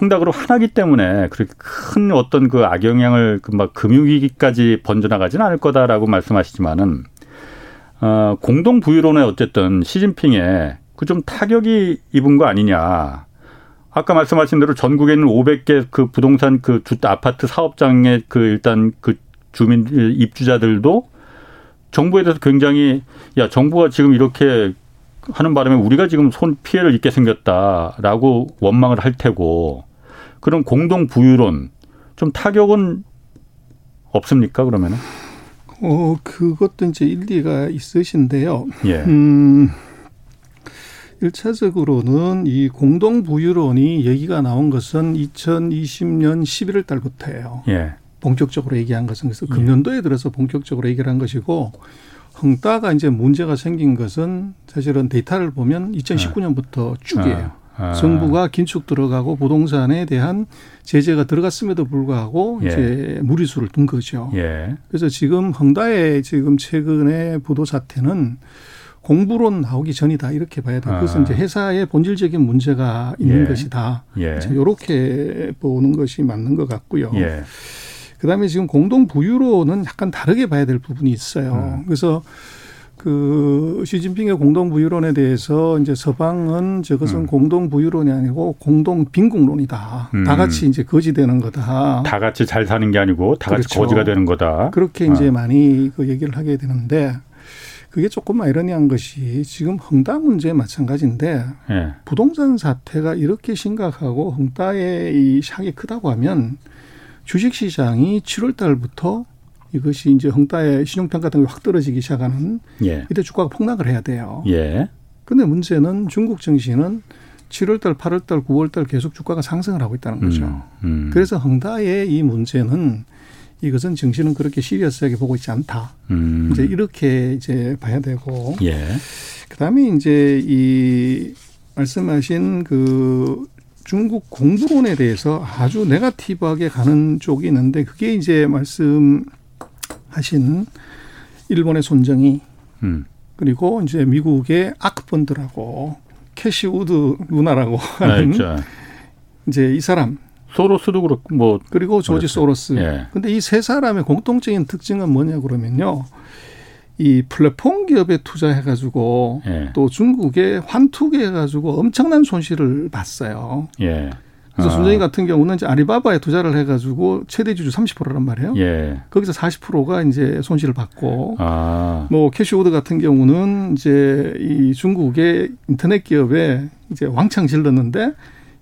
홍닥으로 하나기 때문에 그렇게 큰 어떤 그 악영향을 그 막 금융위기까지 번져나가지는 않을 거다라고 말씀하시지만은 어, 공동 부유론에 어쨌든 시진핑에 그 좀 타격이 입은 거 아니냐. 아까 말씀하신 대로 전국에 있는 500개 그 부동산 그 주, 아파트 사업장의 그 일단 그 주민 입주자들도 정부에 대해서 굉장히 야 정부가 지금 이렇게 하는 바람에 우리가 지금 손 피해를 입게 생겼다라고 원망을 할 테고 그런 공동 부유론 좀 타격은 없습니까 그러면은
어, 그것도 이제 일리가 있으신데요.
예
음, 일차적으로는이 공동부유론이 얘기가 나온 것은 2020년 11월 달부터예요.
예.
본격적으로 얘기한 것은 그래서 금년도에 들어서 본격적으로 얘기를 한 것이고 흥따가 이제 문제가 생긴 것은 사실은 데이터를 보면 2019년부터 쭉이에요.
아.
정부가 긴축 들어가고 부동산에 대한 제재가 들어갔음에도 불구하고
예.
이제 무리수를 둔 거죠.
예.
그래서 지금 흥다의 지금 최근의 부도 사태는 공부론 나오기 전이다 이렇게 봐야 돼요. 그것은
아.
이제 회사의 본질적인 문제가 있는
예.
것이다.
예.
이렇게 보는 것이 맞는 것 같고요.
예.
그다음에 지금 공동 부유로는 약간 다르게 봐야 될 부분이
음.
있어요. 그래서 그 시진핑의 공동 부유론에 대해서 이제 서방은 저것은 공동 부유론이 아니고 공동 빈국론이다.
음.
다 같이 이제 거지되는 거다.
다 같이 잘 사는 게 아니고 다 같이
그렇죠.
거지가 되는 거다.
그렇게 이제 많이 그 얘기를 하게 되는데 그게 조금 아이러니한 것이 지금 흥다 문제 마찬가지인데
예.
부동산 사태가 이렇게 심각하고 흥따의 이 샥이 크다고 하면 주식 시장이 7월 달부터 이것이 이제 흥따의 신용평가 등이 확 떨어지기 시작하는
예.
이때 주가가 폭락을 해야 돼요.
예.
근데 문제는 중국 증시는 7월 달, 8월 달, 9월 달 계속 주가가 상승을 하고 있다는 거죠.
음.
그래서 흥다의 이 문제는 이것은 증시는 그렇게 시리어스하게 보고 있지 않다.
음.
이제 이렇게 이제 봐야 되고
예.
그다음에 이제 이 말씀하신 그 중국 공부론에 대해서 아주 네가티브하게 가는 쪽이 있는데 그게 이제 말씀하신 일본의 손정이
음.
그리고 이제 미국의 아크펀드라고 캐시우드 누나라고
아,
하는
있죠.
이제 이 사람
소로스도 그렇고 뭐
그리고 조지
그렇죠.
소로스.
예.
근데 이 세 사람의 공통적인 특징은 뭐냐 그러면요. 이 플랫폼 기업에 투자해 가지고
예.
또 중국에 환투기해 가지고 엄청난 손실을 봤어요.
예.
그래서
아.
순정이 같은 경우는 이제 아리바바에 투자를 해 가지고 최대 주주 30%란 말이에요.
예.
거기서 40%가 이제 손실을 받고
아.
뭐 캐시우드 같은 경우는 이제 이 중국의 인터넷 기업에 이제 왕창 질렀는데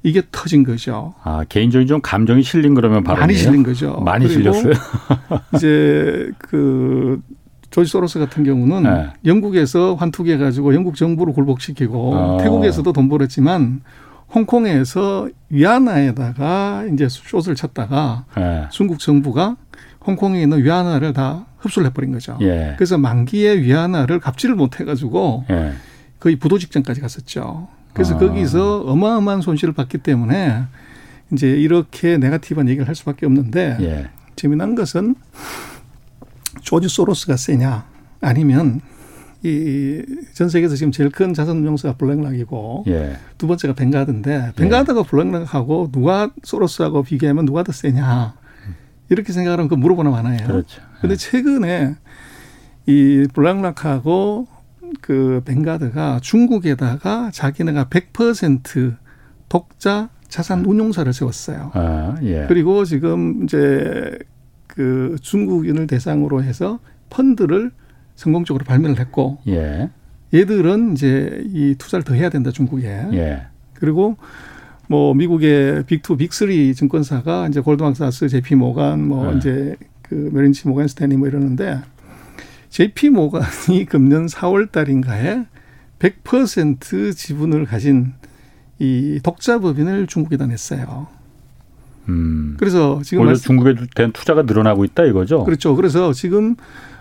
이게 터진 거죠.
아, 개인적인 좀 감정이 실린 그러면 바로
많이 실린 거죠.
많이
그리고
실렸어요.
이제 그 조지 소로스 같은 경우는
네.
영국에서 환투기 해가지고 영국 정부를 굴복시키고
어.
태국에서도 돈 벌었지만 홍콩에서 위안화에다가 이제 숏을 쳤다가
예.
중국 정부가 홍콩에 있는 위안화를 다 흡수를 해버린 거죠.
예.
그래서 만기에 위안화를 갚지를 못해가지고
예.
거의 부도 직전까지 갔었죠. 그래서
아.
거기서 어마어마한 손실을 봤기 때문에 이제 이렇게 네가티브한 얘기를 할 수밖에 없는데
예.
재미난 것은 조지 소로스가 세냐 아니면 이 전 세계에서 지금 제일 큰 자산 운용사가 블랙락이고
예.
두 번째가 벵가드인데 벵가드가 블랙락하고 누가 소로스하고 비교하면 누가 더 세냐 이렇게 생각하면 그 물어보나 마나예요.
그렇죠.
근데 최근에 이 블락락하고 그 벵가드가 중국에다가 자기네가 100% 독자
예.
자산 운용사를 세웠어요.
아, 예.
그리고 지금 이제 그 중국인을 대상으로 해서 펀드를 성공적으로 발매를 했고
예.
얘들은 이제 이 투자를 더 해야 된다 중국에.
예.
그리고 뭐 미국의 빅투 빅3 증권사가 이제 골드만삭스, JP 모간 뭐
네.
이제 그 메린치 모간 스탠리 뭐 이러는데 JP 모간이 금년 4월 달인가에 100% 지분을 가진 이 독자 법인을 중국에다 냈어요.
음.
그래서 지금
오히려
말씀-
중국에 대한 투자가 늘어나고 있다 이거죠.
그렇죠. 그래서 지금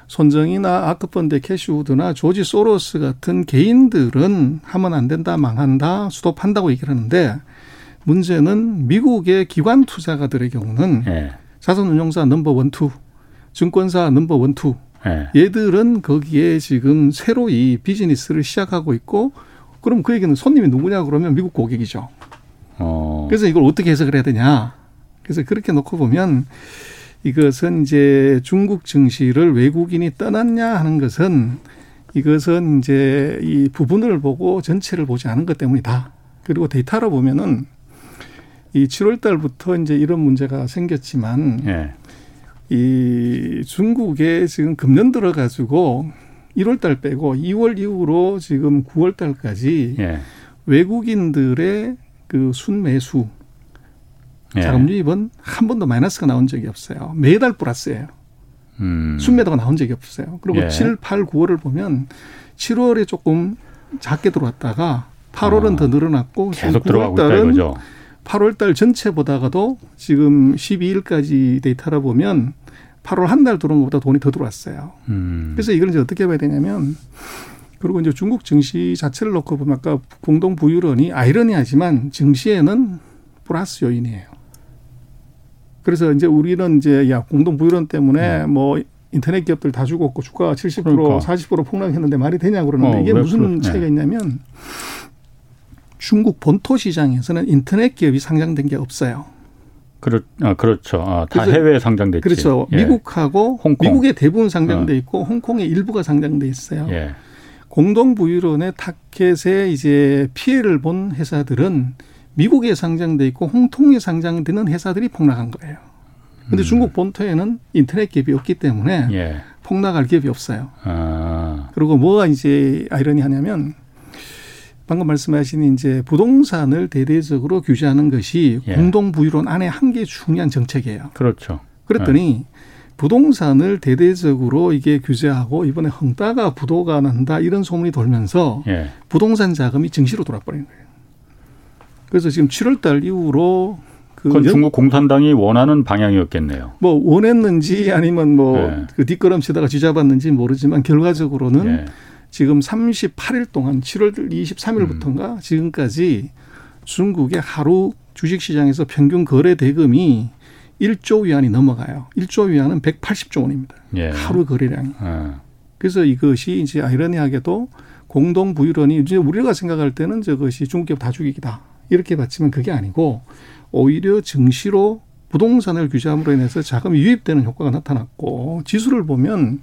손정이나 아크펀드 캐시우드나 조지 소로스 같은 개인들은 하면 안 된다, 망한다, 수도판다고 얘기를 하는데 문제는 미국의 기관 투자가들의 경우는
예.
자산운용사 넘버 원투, 증권사 넘버 원투
예.
얘들은 거기에 지금 새로 이 비즈니스를 시작하고 있고 그럼 그에게는 손님이 누구냐 그러면 미국 고객이죠.
어.
그래서 이걸 어떻게 해석을 해야 되냐. 그래서 그렇게 놓고 보면 이것은 이제 중국 증시를 외국인이 떠났냐 하는 것은 이것은 이제 이 부분을 보고 전체를 보지 않은 것 때문이다. 그리고 데이터로 보면은 이 7월 달부터 이제 이런 문제가 생겼지만
예.
이 중국에 지금 금년 들어가지고 1월 달 빼고 2월 이후로 지금 9월 달까지
예.
외국인들의 그 순매수
예.
자금 유입은 한 번도 마이너스가 나온 적이 없어요. 매달 플러스예요.
음.
순매도가 나온 적이 없어요. 그리고
예.
칠, 팔, 구월을 보면 7월에 조금 작게 들어왔다가 8월은
아,
더 늘어났고
계속
구월
들어가고 있다
달은
이거죠.
8월 달 전체보다가도 지금 12일까지 데이터를 보면 8월 한 달 들어온 것보다 돈이 더 들어왔어요.
음.
그래서 이걸 이제 어떻게 봐야 되냐면 그리고 이제 중국 증시 자체를 놓고 보면 아까 공동 부유론이 아이러니하지만 증시에는 플러스 요인이에요. 그래서 이제 우리는 이제 야 공동 부유론 때문에 뭐 인터넷 기업들 다 죽었고 주가가 70%
네. 그러니까.
40% 폭락했는데 말이 되냐 그러는데
어,
이게
왜
무슨
그렇- 네.
차이가 있냐면 중국 본토 시장에서는 인터넷 기업이 상장된 게 없어요.
그렇, 아, 그렇죠. 아, 다
그래서-
해외에 상장됐지.
그렇죠.
예.
미국하고
홍콩. 어.
미국의 대부분 상장돼 있고 홍콩의 일부가 상장돼 있어요.
예.
공동 부유론의 타켓에 이제 피해를 본 회사들은 미국에 상장돼 있고 홍콩에 상장되는 회사들이 폭락한 거예요. 근데 중국 본토에는 인터넷 기업이 없기 때문에
음. 예.
폭락할 기업이 없어요.
아,
그리고 뭐가 이제 아이러니하냐면 방금 말씀하신 이제 부동산을 대대적으로 규제하는 것이
예.
공동 부유론 안에 한 개 중요한 정책이에요.
그렇죠.
그랬더니 부동산을 대대적으로 이게 규제하고 이번에 헝다가 부도가 난다 이런 소문이 돌면서
예.
부동산 자금이 증시로 돌아버린 거예요. 그래서 지금 7월 달 이후로 그
그건
연-
중국 공산당이 원하는 방향이었겠네요.
뭐 원했는지 아니면 뭐
예.
그 뒷걸음치다가 쥐잡았는지 모르지만 결과적으로는
예.
지금 38일 동안 7월
음.
23일부터인가 지금까지 중국의 하루 주식시장에서 평균 거래 대금이 1조 위안이 넘어가요. 1조 위안은 180조 원입니다.
예.
하루 거래량이.
아,
그래서 이것이 이제 아이러니하게도 공동 부유론이 이제 우리가 생각할 때는 저것이 중국 기업 다 죽이기다 이렇게 봤지만 그게 아니고 오히려 증시로 부동산을 규제함으로 인해서 자금이 유입되는 효과가 나타났고 지수를 보면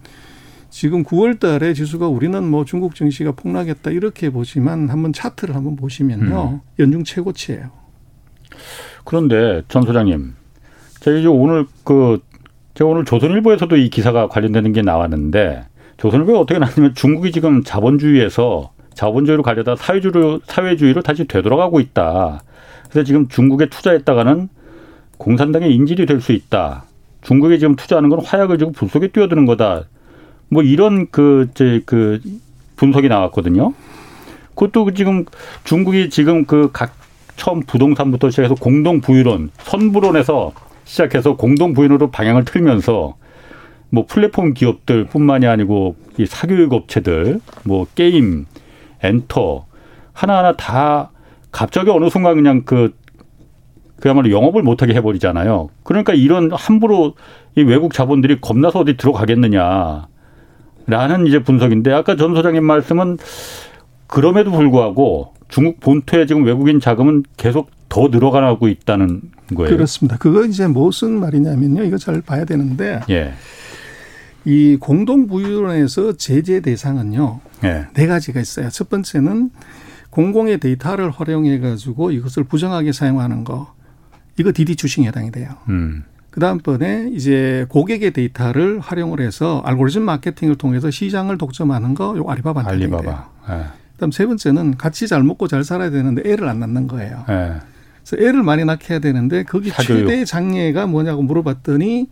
지금 9월 달에 지수가 우리는 뭐 중국 증시가 폭락했다 이렇게 보지만 한번 차트를 한번 보시면요. 연중 최고치예요.
그런데 전 소장님, 제가 이제 오늘 그 제가 오늘 조선일보에서도 이 기사가 관련되는 게 나왔는데 조선일보가 어떻게 나왔냐면 중국이 지금 자본주의에서 자본주의로 가려다 사회주의로 사회주의로 다시 되돌아가고 있다. 그래서 지금 중국에 투자했다가는 공산당의 인질이 될 수 있다. 중국에 지금 투자하는 건 화약을 지고 불 속에 뛰어드는 거다. 뭐 이런 그, 제, 그 분석이 나왔거든요. 그것도 지금 중국이 지금 그 각 처음 부동산부터 시작해서 공동 부유론, 선부론에서 시작해서 공동 부유론으로 방향을 틀면서 뭐 플랫폼 기업들뿐만이 아니고 이 사교육 업체들, 뭐 게임, 엔터 하나하나 다 갑자기 어느 순간 그냥 그 그야말로 영업을 못하게 해버리잖아요. 그러니까 이런 함부로 이 외국 자본들이 겁나서 어디 들어가겠느냐. 라는 이제 분석인데 아까 전 소장님 말씀은 그럼에도 불구하고 중국 본토에 지금 외국인 자금은 계속 더 늘어가고 있다는 거예요.
그렇습니다. 그거 이제 무슨 말이냐면요. 이거 잘 봐야 되는데
예.
이 공동 부유론에서 제재 대상은요.
예.
네 가지가 있어요. 첫 번째는 공공의 데이터를 활용해 가지고 이것을 부정하게 사용하는 거. 이거 DD 추싱에 해당이 돼요.
음.
그다음번에 이제 고객의 데이터를 활용을 해서 알고리즘 마케팅을 통해서 시장을 독점하는 거, 요 아리바바 돼요.
알리바바. 예,
그다음 세 번째는 같이 잘 먹고 잘 살아야 되는데 애를 안 낳는 거예요.
예. 예.
그래서 애를 많이 낳게 해야 되는데 거기
사교육.
최대 장애가 뭐냐고 물어봤더니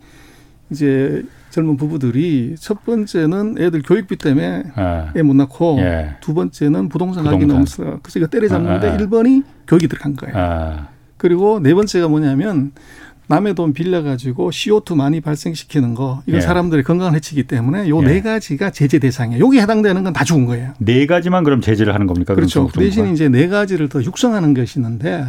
이제 젊은 부부들이 첫 번째는 애들 교육비 때문에
예.
애 못 낳고
예.
두 번째는 부동산 가격이
부동산.
너무 싸. 그래서 이거 때려잡는데
아, 아, 아.
일 1번이 교육이 들어간 거예요.
아,
그리고 네 번째가 뭐냐면 남의 돈 빌려가지고 CO2 많이 발생시키는 거. 이건
예.
사람들의 건강을 해치기 때문에 요 네
예.
가지가 제재 대상이에요. 여기 해당되는 건 다 죽은 거예요.
네 가지만 그럼 제재를 하는 겁니까? 그럼
그렇죠.
중국
그 대신
정부가?
이제 네 가지를 더 육성하는 것이 있는데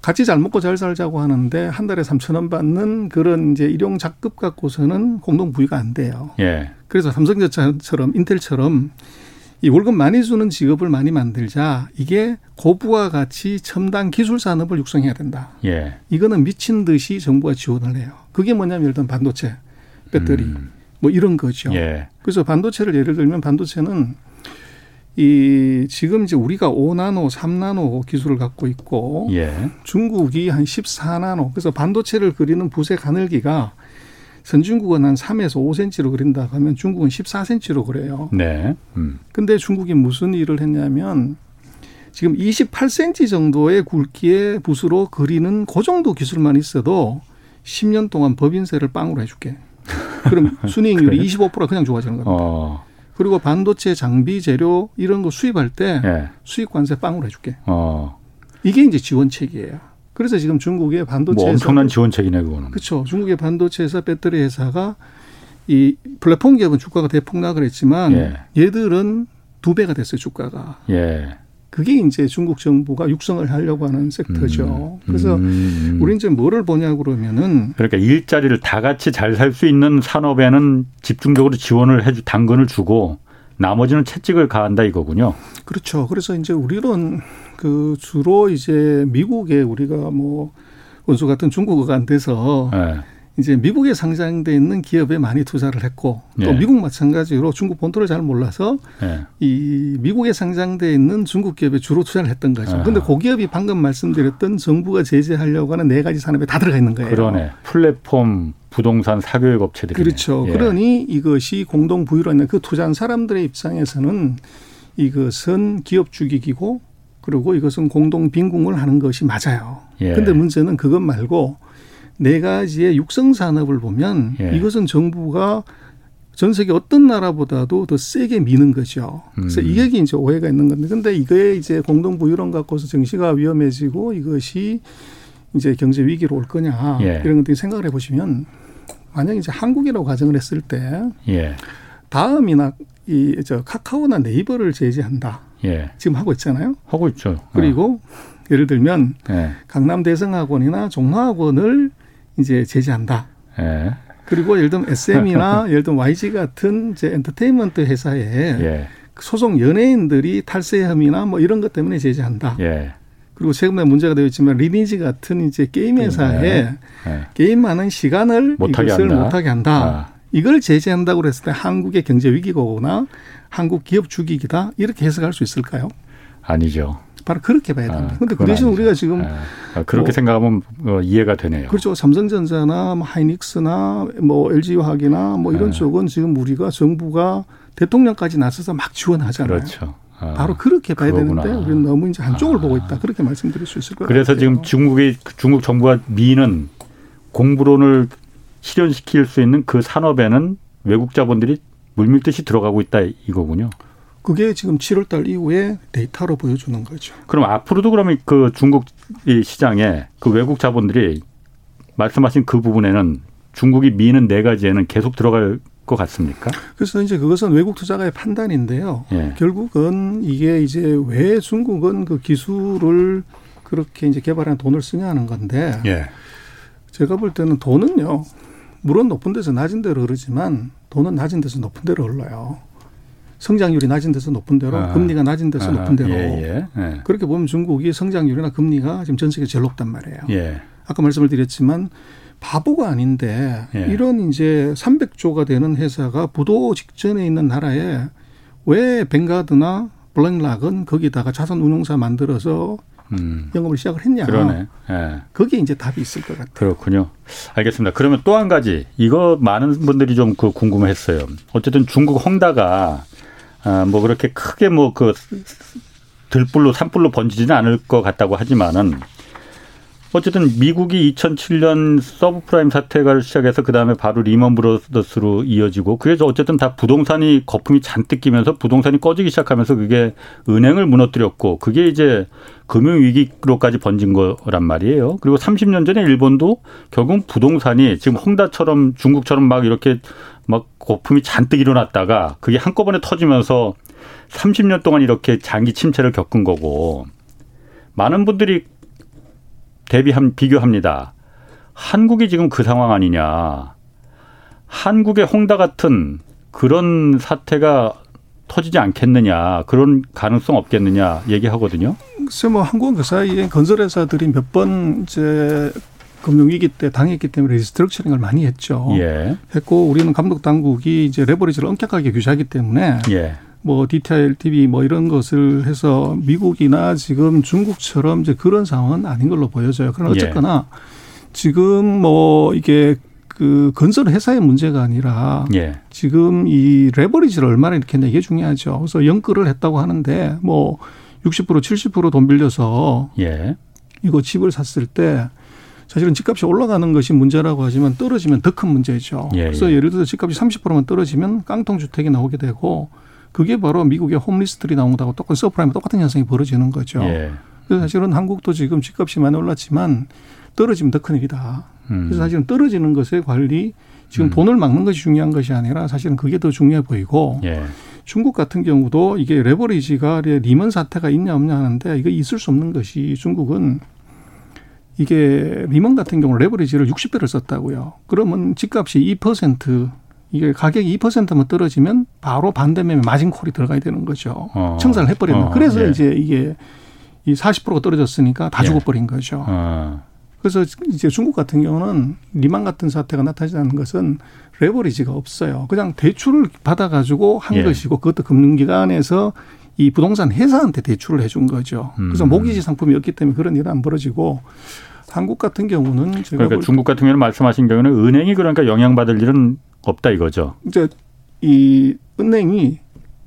같이 잘 먹고 잘 살자고 하는데 한 달에 3천 원 받는 그런 이제 일용 작급 갖고서는 공동 부유가 안 돼요.
예.
그래서 삼성전자처럼 인텔처럼 이 월급 많이 주는 직업을 많이 만들자 이게 고부와 같이 첨단 기술 산업을 육성해야 된다.
예.
이거는 미친 듯이 정부가 지원을 해요. 그게 뭐냐면 예를 들면 반도체, 배터리 뭐 이런 거죠.
예.
그래서 반도체를 예를 들면 반도체는 이 지금 이제 우리가 5나노, 3나노 기술을 갖고 있고
예.
중국이 한 14나노. 그래서 반도체를 그리는 붓의 가늘기가 선진국은 한 3에서 5cm로 그린다 하면 중국은 14cm로 그래요.
네. 음.
근데 중국이 무슨 일을 했냐면 지금 28cm 정도의 굵기의 붓으로 그리는 그 정도 기술만 있어도 10년 동안 법인세를 빵으로 해줄게. 그럼 순이익률이 25%가 그냥 좋아지는 겁니다.
어.
그리고 반도체 장비 재료 이런 거 수입할 때
예.
수입 관세 빵으로 해줄게.
어.
이게 이제 지원책이에요. 그래서 지금 중국의 반도체
뭐 엄청난 지원책이네 그거는.
그렇죠. 중국의 반도체 회사, 배터리 회사가 이 플랫폼 기업은 주가가 대폭락을 했지만
예.
얘들은 두 배가 됐어요 주가가.
예.
그게 이제 중국 정부가 육성을 하려고 하는 섹터죠. 그래서
음.
우리 이제 뭐를 보냐 그러면은
그러니까 일자리를 다 같이 잘 살 수 있는 산업에는 집중적으로 지원을 해주 당근을 주고 나머지는 채찍을 가한다 이거군요.
그렇죠. 그래서 이제 우리는 그 주로 이제 미국에 우리가 뭐 원수 같은 중국어가 안 돼서
예.
이제 미국에 상장돼 있는 기업에 많이 투자를 했고 또
예.
미국 마찬가지로 중국 본토를 잘 몰라서
예.
이 미국에 상장돼 있는 중국 기업에 주로 투자를 했던 거죠.
아하.
근데 그 기업이 방금 말씀드렸던 정부가 제재하려고 하는 네 가지 산업에 다 들어가 있는 거예요.
그러네. 플랫폼 부동산 사교육 예, 업체들이
그렇죠. 그러니 이것이 공동 부유로 있는 그 투자한 사람들의 입장에서는 이것은 기업 죽이기고 그리고 이것은 공동 빈궁을 하는 것이 맞아요.
예.
근데 문제는 그것 말고 네 가지의 육성 산업을 보면
예.
이것은 정부가 전 세계 어떤 나라보다도 더 세게 미는 거죠. 그래서
음.
이게 이제 오해가 있는 건데, 근데 이거에 이제 공동 부유론 갖고서 정시가 위험해지고 이것이 이제 경제 위기로 올 거냐
예.
이런 것들 생각을 해보시면 만약 이제 한국이라고 가정을 했을 때
예.
다음이나 이 저 카카오나 네이버를 제재한다
예.
지금 하고 있잖아요.
하고 있죠.
그리고 예를 들면
어. 예.
강남 대성학원이나 종로학원을 이제 제재한다.
예.
그리고 예를 들면 SM이나 예를 들면 YG 같은 이제 엔터테인먼트 회사에
예.
소속 연예인들이 탈세 혐의나 뭐 이런 것 때문에 제재한다.
예.
그리고 최근에 문제가 되어 있지만 리니지 같은 이제 게임 회사에
네. 예.
게임하는 시간을
못하게
이것을
한다.
못하게 한다.
아.
이걸 제재한다고 그랬을 때 한국의 경제 위기가 오거나 한국 기업 죽이기다 이렇게 해석할 수 있을까요?
아니죠.
바로 그렇게 봐야
아,
된다. 그런데 그
그건
대신
아니죠.
우리가 지금
아, 그렇게
뭐-
생각하면 어, 이해가 되네요.
그렇죠. 삼성전자나 뭐 하이닉스나 뭐 LG화학이나 뭐 이런
네.
쪽은 지금 우리가 정부가 대통령까지 나서서 막 지원하잖아요.
그렇죠. 아.
바로 그렇게 봐야
그거구나.
되는데 우리는 너무 이제 한쪽을 보고 있다. 그렇게 말씀드릴 수 있을 것 같아요.
그래서 지금 중국이 중국 정부가 미는 공부론을 실현시킬 수 있는 그 산업에는 외국 자본들이 물밀듯이 들어가고 있다 이거군요.
그게 지금 7월달 이후에 데이터로 보여주는 거죠.
그럼 앞으로도 그러면 그 중국 이 시장에 그 외국 자본들이 말씀하신 그 부분에는 중국이 미는 네 가지에는 계속 들어갈 것 같습니까?
그래서 이제 그것은 외국 투자가의 판단인데요.
예.
결국은 이게 이제 왜 중국은 그 기술을 그렇게 이제 개발한 돈을 쓰냐 하는 건데
예.
제가 볼 때는 돈은요. 물론 높은 데서 낮은 데로 흐르지만 돈은 낮은 데서 높은 데로 흘러요. 성장률이 낮은 데서 높은 데로,
아.
금리가 낮은 데서 높은 데로.
예, 예.
그렇게 보면 중국이 성장률이나 금리가 지금 전 세계 제일 높단 말이에요.
예. 예.
아까 말씀을 드렸지만 바보가 아닌데
예.
이런 이제 300조가 되는 회사가 부도 직전에 있는 나라에 왜 벵가드나 블랙락은 거기다가 자산 운용사 만들어서
음.
영업을 시작을 했냐.
그러네. 예.
거기에 이제 답이 있을 것 같아요.
그렇군요. 알겠습니다. 그러면 또 한 가지 이거 많은 분들이 좀 그 궁금했어요. 어쨌든 중국 헝다가 아, 뭐 그렇게 크게 뭐 그 들불로 산불로 번지지는 않을 것 같다고 하지만은 어쨌든 미국이 2007년 서브프라임 사태를 시작해서 그 다음에 바로 리먼 브로더스로 이어지고 그게 저 어쨌든 다 부동산이 거품이 잔뜩 끼면서 부동산이 꺼지기 시작하면서 그게 은행을 무너뜨렸고 그게 이제 금융 위기로까지 번진 거란 말이에요. 그리고 30년 전에 일본도 결국 부동산이 지금 홍다처럼 중국처럼 막 이렇게 막 거품이 잔뜩 일어났다가 그게 한꺼번에 터지면서 30년 동안 이렇게 장기 침체를 겪은 거고 많은 분들이 대비함 비교합니다. 한국이 지금 그 상황 아니냐. 한국의 홍다 같은 그런 사태가 터지지 않겠느냐. 그런 가능성 없겠느냐 얘기하거든요.
글쎄 뭐 한국은 그 사이에 건설회사들이 몇 번 이제 금융위기 때 당했기 때문에 리스트럭처링을 많이 했죠.
예.
했고 우리는 감독 당국이 이제 레버리지를 엄격하게 규제하기 때문에
예.
뭐 DTI, LTV 뭐 이런 것을 해서 미국이나 지금 중국처럼 이제 그런 상황은 아닌 걸로 보여져요. 그러나
예.
어쨌거나 지금 뭐 이게 그 건설 회사의 문제가 아니라
예.
지금 이 레버리지를 얼마나 이렇게 했냐 이게 중요하죠. 그래서 영끌을 했다고 하는데 뭐 60% 70%돈 빌려서
예.
이거 집을 샀을 때 사실은 집값이 올라가는 것이 문제라고 하지만 떨어지면 더 큰 문제죠.
예,
그래서
예.
예를 들어서 집값이 30%만 떨어지면 깡통 주택이 나오게 되고 그게 바로 미국의 홈리스트들이 나온다고 똑같은 서프라임 똑같은 현상이 벌어지는 거죠.
예.
그래서 사실은 한국도 지금 집값이 많이 올랐지만 떨어지면 더 큰일이다.
음.
그래서 사실은 떨어지는 것에 관리 지금
음.
돈을 막는 것이 중요한 것이 아니라 사실은 그게 더 중요해 보이고
예.
중국 같은 경우도 이게 레버리지가 리먼 사태가 있냐 없냐 하는데 이거 있을 수 없는 것이 중국은 이게 리먼 같은 경우 레버리지를 60배를 썼다고요. 그러면 집값이 2% 이게 가격이 2%만 떨어지면 바로 반대매매 마진콜이 들어가야 되는 거죠.
어.
청산을 해버렸나.
어,
그래서
예.
이제 이게 이 40%가 떨어졌으니까 다
예.
죽어버린 거죠.
어.
그래서 이제 중국 같은 경우는 리만 같은 사태가 나타나는 것은 레버리지가 없어요. 그냥 대출을 받아가지고 한
예.
것이고 그것도 금융기관에서 이 부동산 회사한테 대출을 해준 거죠. 그래서
음.
모기지 상품이 없기 때문에 그런 일은 안 벌어지고 한국 같은 경우는 제가
그러니까
볼
중국 같은 경우는 말씀하신 경우는 은행이 그러니까 영향받을 일은 없다 이거죠.
이제 이 은행이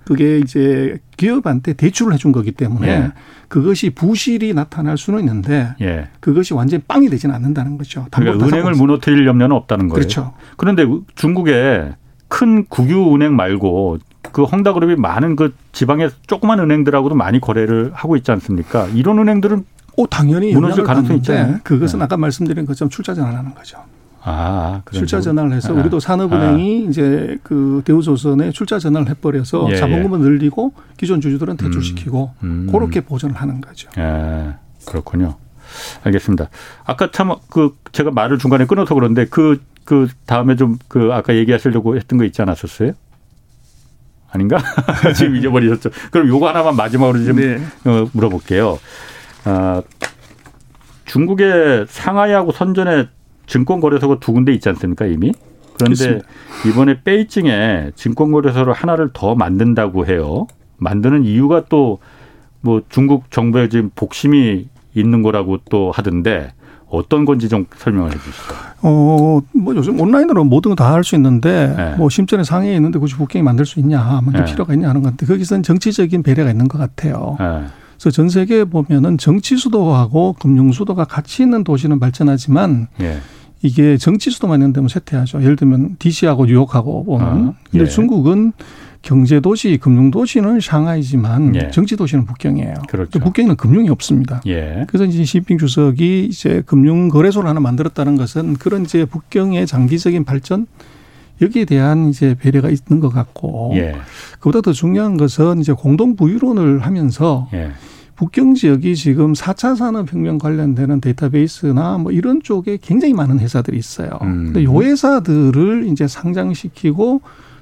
그게 이제 기업한테 대출을 해준 거기 때문에
예.
그것이 부실이 나타날 수는 있는데
예.
그것이 완전히 빵이 되지는 않는다는 거죠. 담보
그러니까
타산
은행을
없이.
무너뜨릴 염려는 없다는 거예요.
그렇죠.
그런데 중국에 큰 국유 은행 말고 그 헝다그룹이 많은 그 지방의 조그만 은행들하고도 많이 거래를 하고 있지 않습니까? 이런 은행들은
오 어, 당연히
무너질
영향을
가능성이
받는데
있잖아요.
그것은
네.
아까 말씀드린 것처럼 출자 전환하는 거죠.
아 그런
출자
식으로.
전환을 해서
아,
우리도 산업은행이 이제 그 대우조선에 출자 전환을 해버려서
예,
자본금을 늘리고 기존 주주들은 대출시키고
음.
그렇게 보전을 하는 거죠.
예, 그렇군요. 알겠습니다. 아까 참 그 제가 말을 중간에 끊어서 그런데 그 그 다음에 좀 그 아까 얘기하시려고 했던 거 있지 않았었어요? 아닌가? 지금 잊어버리셨죠. 그럼 요거 하나만 마지막으로 좀
네.
어, 물어볼게요. 아, 중국의 상하이하고 선전에 증권거래소가 두 군데 있지 않습니까 이미? 그런데
있습니다.
이번에 베이징에 증권거래소를 하나를 더 만든다고 해요. 만드는 이유가 또 뭐 중국 정부에 지금 복심이 있는 거라고 또 하던데 어떤 건지 좀 설명을 해주시죠.
어, 뭐 요즘 온라인으로 모든 거 다 할 수 있는데
네.
뭐 심전에 상해에 있는데 굳이 북경이 만들 수 있냐, 만들
네.
필요가 있냐 하는 건데 거기서는 정치적인 배려가 있는 것 같아요.
예,
그래서 전 세계에 보면은 정치 수도하고 금융 수도가 같이 있는 도시는 발전하지만
예,
이게 정치 수도만 있는 데면 쇠퇴하죠. 예를 들면 DC하고 뉴욕하고 보면.
아, 예.
근데 중국은 경제 도시, 금융 도시는 샹하이지만
예.
정치 도시는 북경이에요.
그렇죠.
근데 북경에는 금융이 없습니다.
예,
그래서 이제 시진핑 주석이 이제 금융 거래소를 하나 만들었다는 것은 그런 이제 북경의 장기적인 발전 여기에 대한 이제 배려가 있는 것 같고
예,
그보다 더 중요한 것은 이제 공동 부유론을 하면서
예,
북경 지역이 지금 4차 산업혁명 관련되는 데이터베이스나 뭐 이런 쪽에 굉장히 많은 회사들이 있어요.
음.
근데 요 회사들을 이제 상장시키고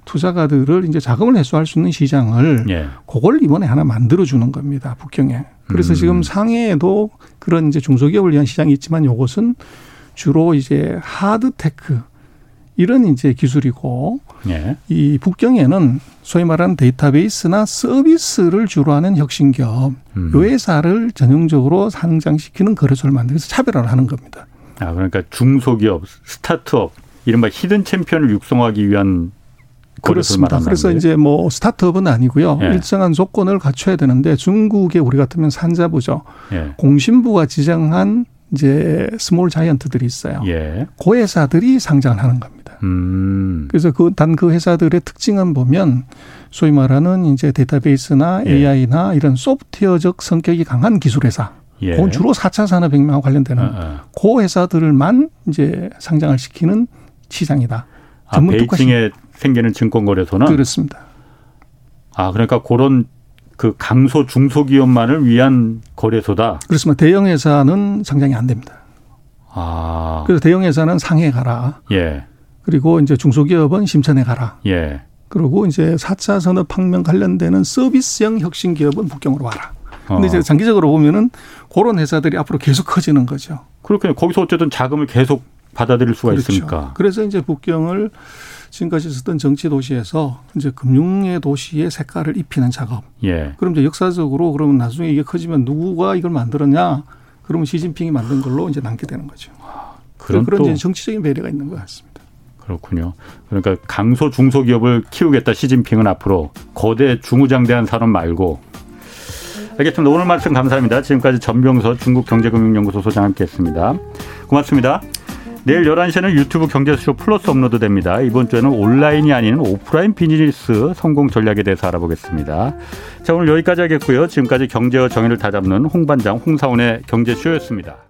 투자가들을 이제 자금을 회수할 수 있는 시장을
예.
그걸 이번에 하나 만들어주는 겁니다. 북경에. 그래서
음.
지금 상해에도 그런 이제 중소기업을 위한 시장이 있지만 요것은 주로 이제 하드테크 이런 이제 기술이고
예.
이 북경에는 소위 말하는 데이터베이스나 서비스를 주로 하는 혁신기업
음.
요 회사를 전형적으로 상장시키는 거래소를 만들어서 차별화를 하는 겁니다.
아 그러니까 중소기업, 스타트업 이른바 히든 챔피언을 육성하기 위한 거래소를
그렇습니다.
말하는
그래서
거예요?
이제 뭐 스타트업은 아니고요.
예.
일정한 조건을 갖춰야 되는데 중국에 우리 같으면 산자부죠.
예.
공신부가 지정한 이제 스몰 자이언트들이 있어요.
예.
그 회사들이 상장을 하는 겁니다.
음.
그래서 그 단 그 회사들의 특징은 보면 소위 말하는 이제 데이터베이스나
예.
AI나 이런 소프트웨어적 성격이 강한 기술 회사.
예.
그건 주로 4차 산업혁명과 관련되는
아, 아.
그 회사들만 이제 상장을 시키는 시장이다.
아,
전문 특화 시장.
베이징에 생기는 증권거래소는
그렇습니다.
아 그러니까 그런 그 강소 중소기업만을 위한 거래소다.
그렇습니다. 대형 회사는 상장이 안 됩니다.
아.
그래서 대형 회사는 상해 가라.
예.
그리고 이제 중소기업은 심천에 가라.
예.
그리고 이제 4차 산업혁명 관련되는 서비스형 혁신 기업은 북경으로 와라. 근데
어.
이제 장기적으로 보면은 그런 회사들이 앞으로 계속 커지는 거죠.
그렇군요. 거기서 어쨌든 자금을 계속 받아들일 수가
그렇죠.
있으니까.
그래서 이제 북경을 지금까지 쓰던 정치 도시에서 이제 금융의 도시의 색깔을 입히는 작업.
예.
그럼 이제 역사적으로 그러면 나중에 이게 커지면 누가 이걸 만들었냐? 그러면 시진핑이 만든 걸로 이제 남게 되는 거죠.
그런
그런
또
이제 정치적인 배려가 있는 것 같습니다.
그렇군요. 그러니까 강소 중소기업을 키우겠다 시진핑은 앞으로 거대 중우장대한 산업 말고 알겠습니다. 오늘 말씀 감사합니다. 지금까지 전병서 중국경제금융연구소 소장 함께했습니다. 고맙습니다. 내일 11시에는 유튜브 경제쇼 플러스 업로드 됩니다. 이번 주에는 온라인이 아닌 오프라인 비즈니스 성공 전략에 대해서 알아보겠습니다. 자, 오늘 여기까지 하겠고요. 지금까지 경제와 정의를 다잡는 홍반장 홍사원의 경제쇼였습니다.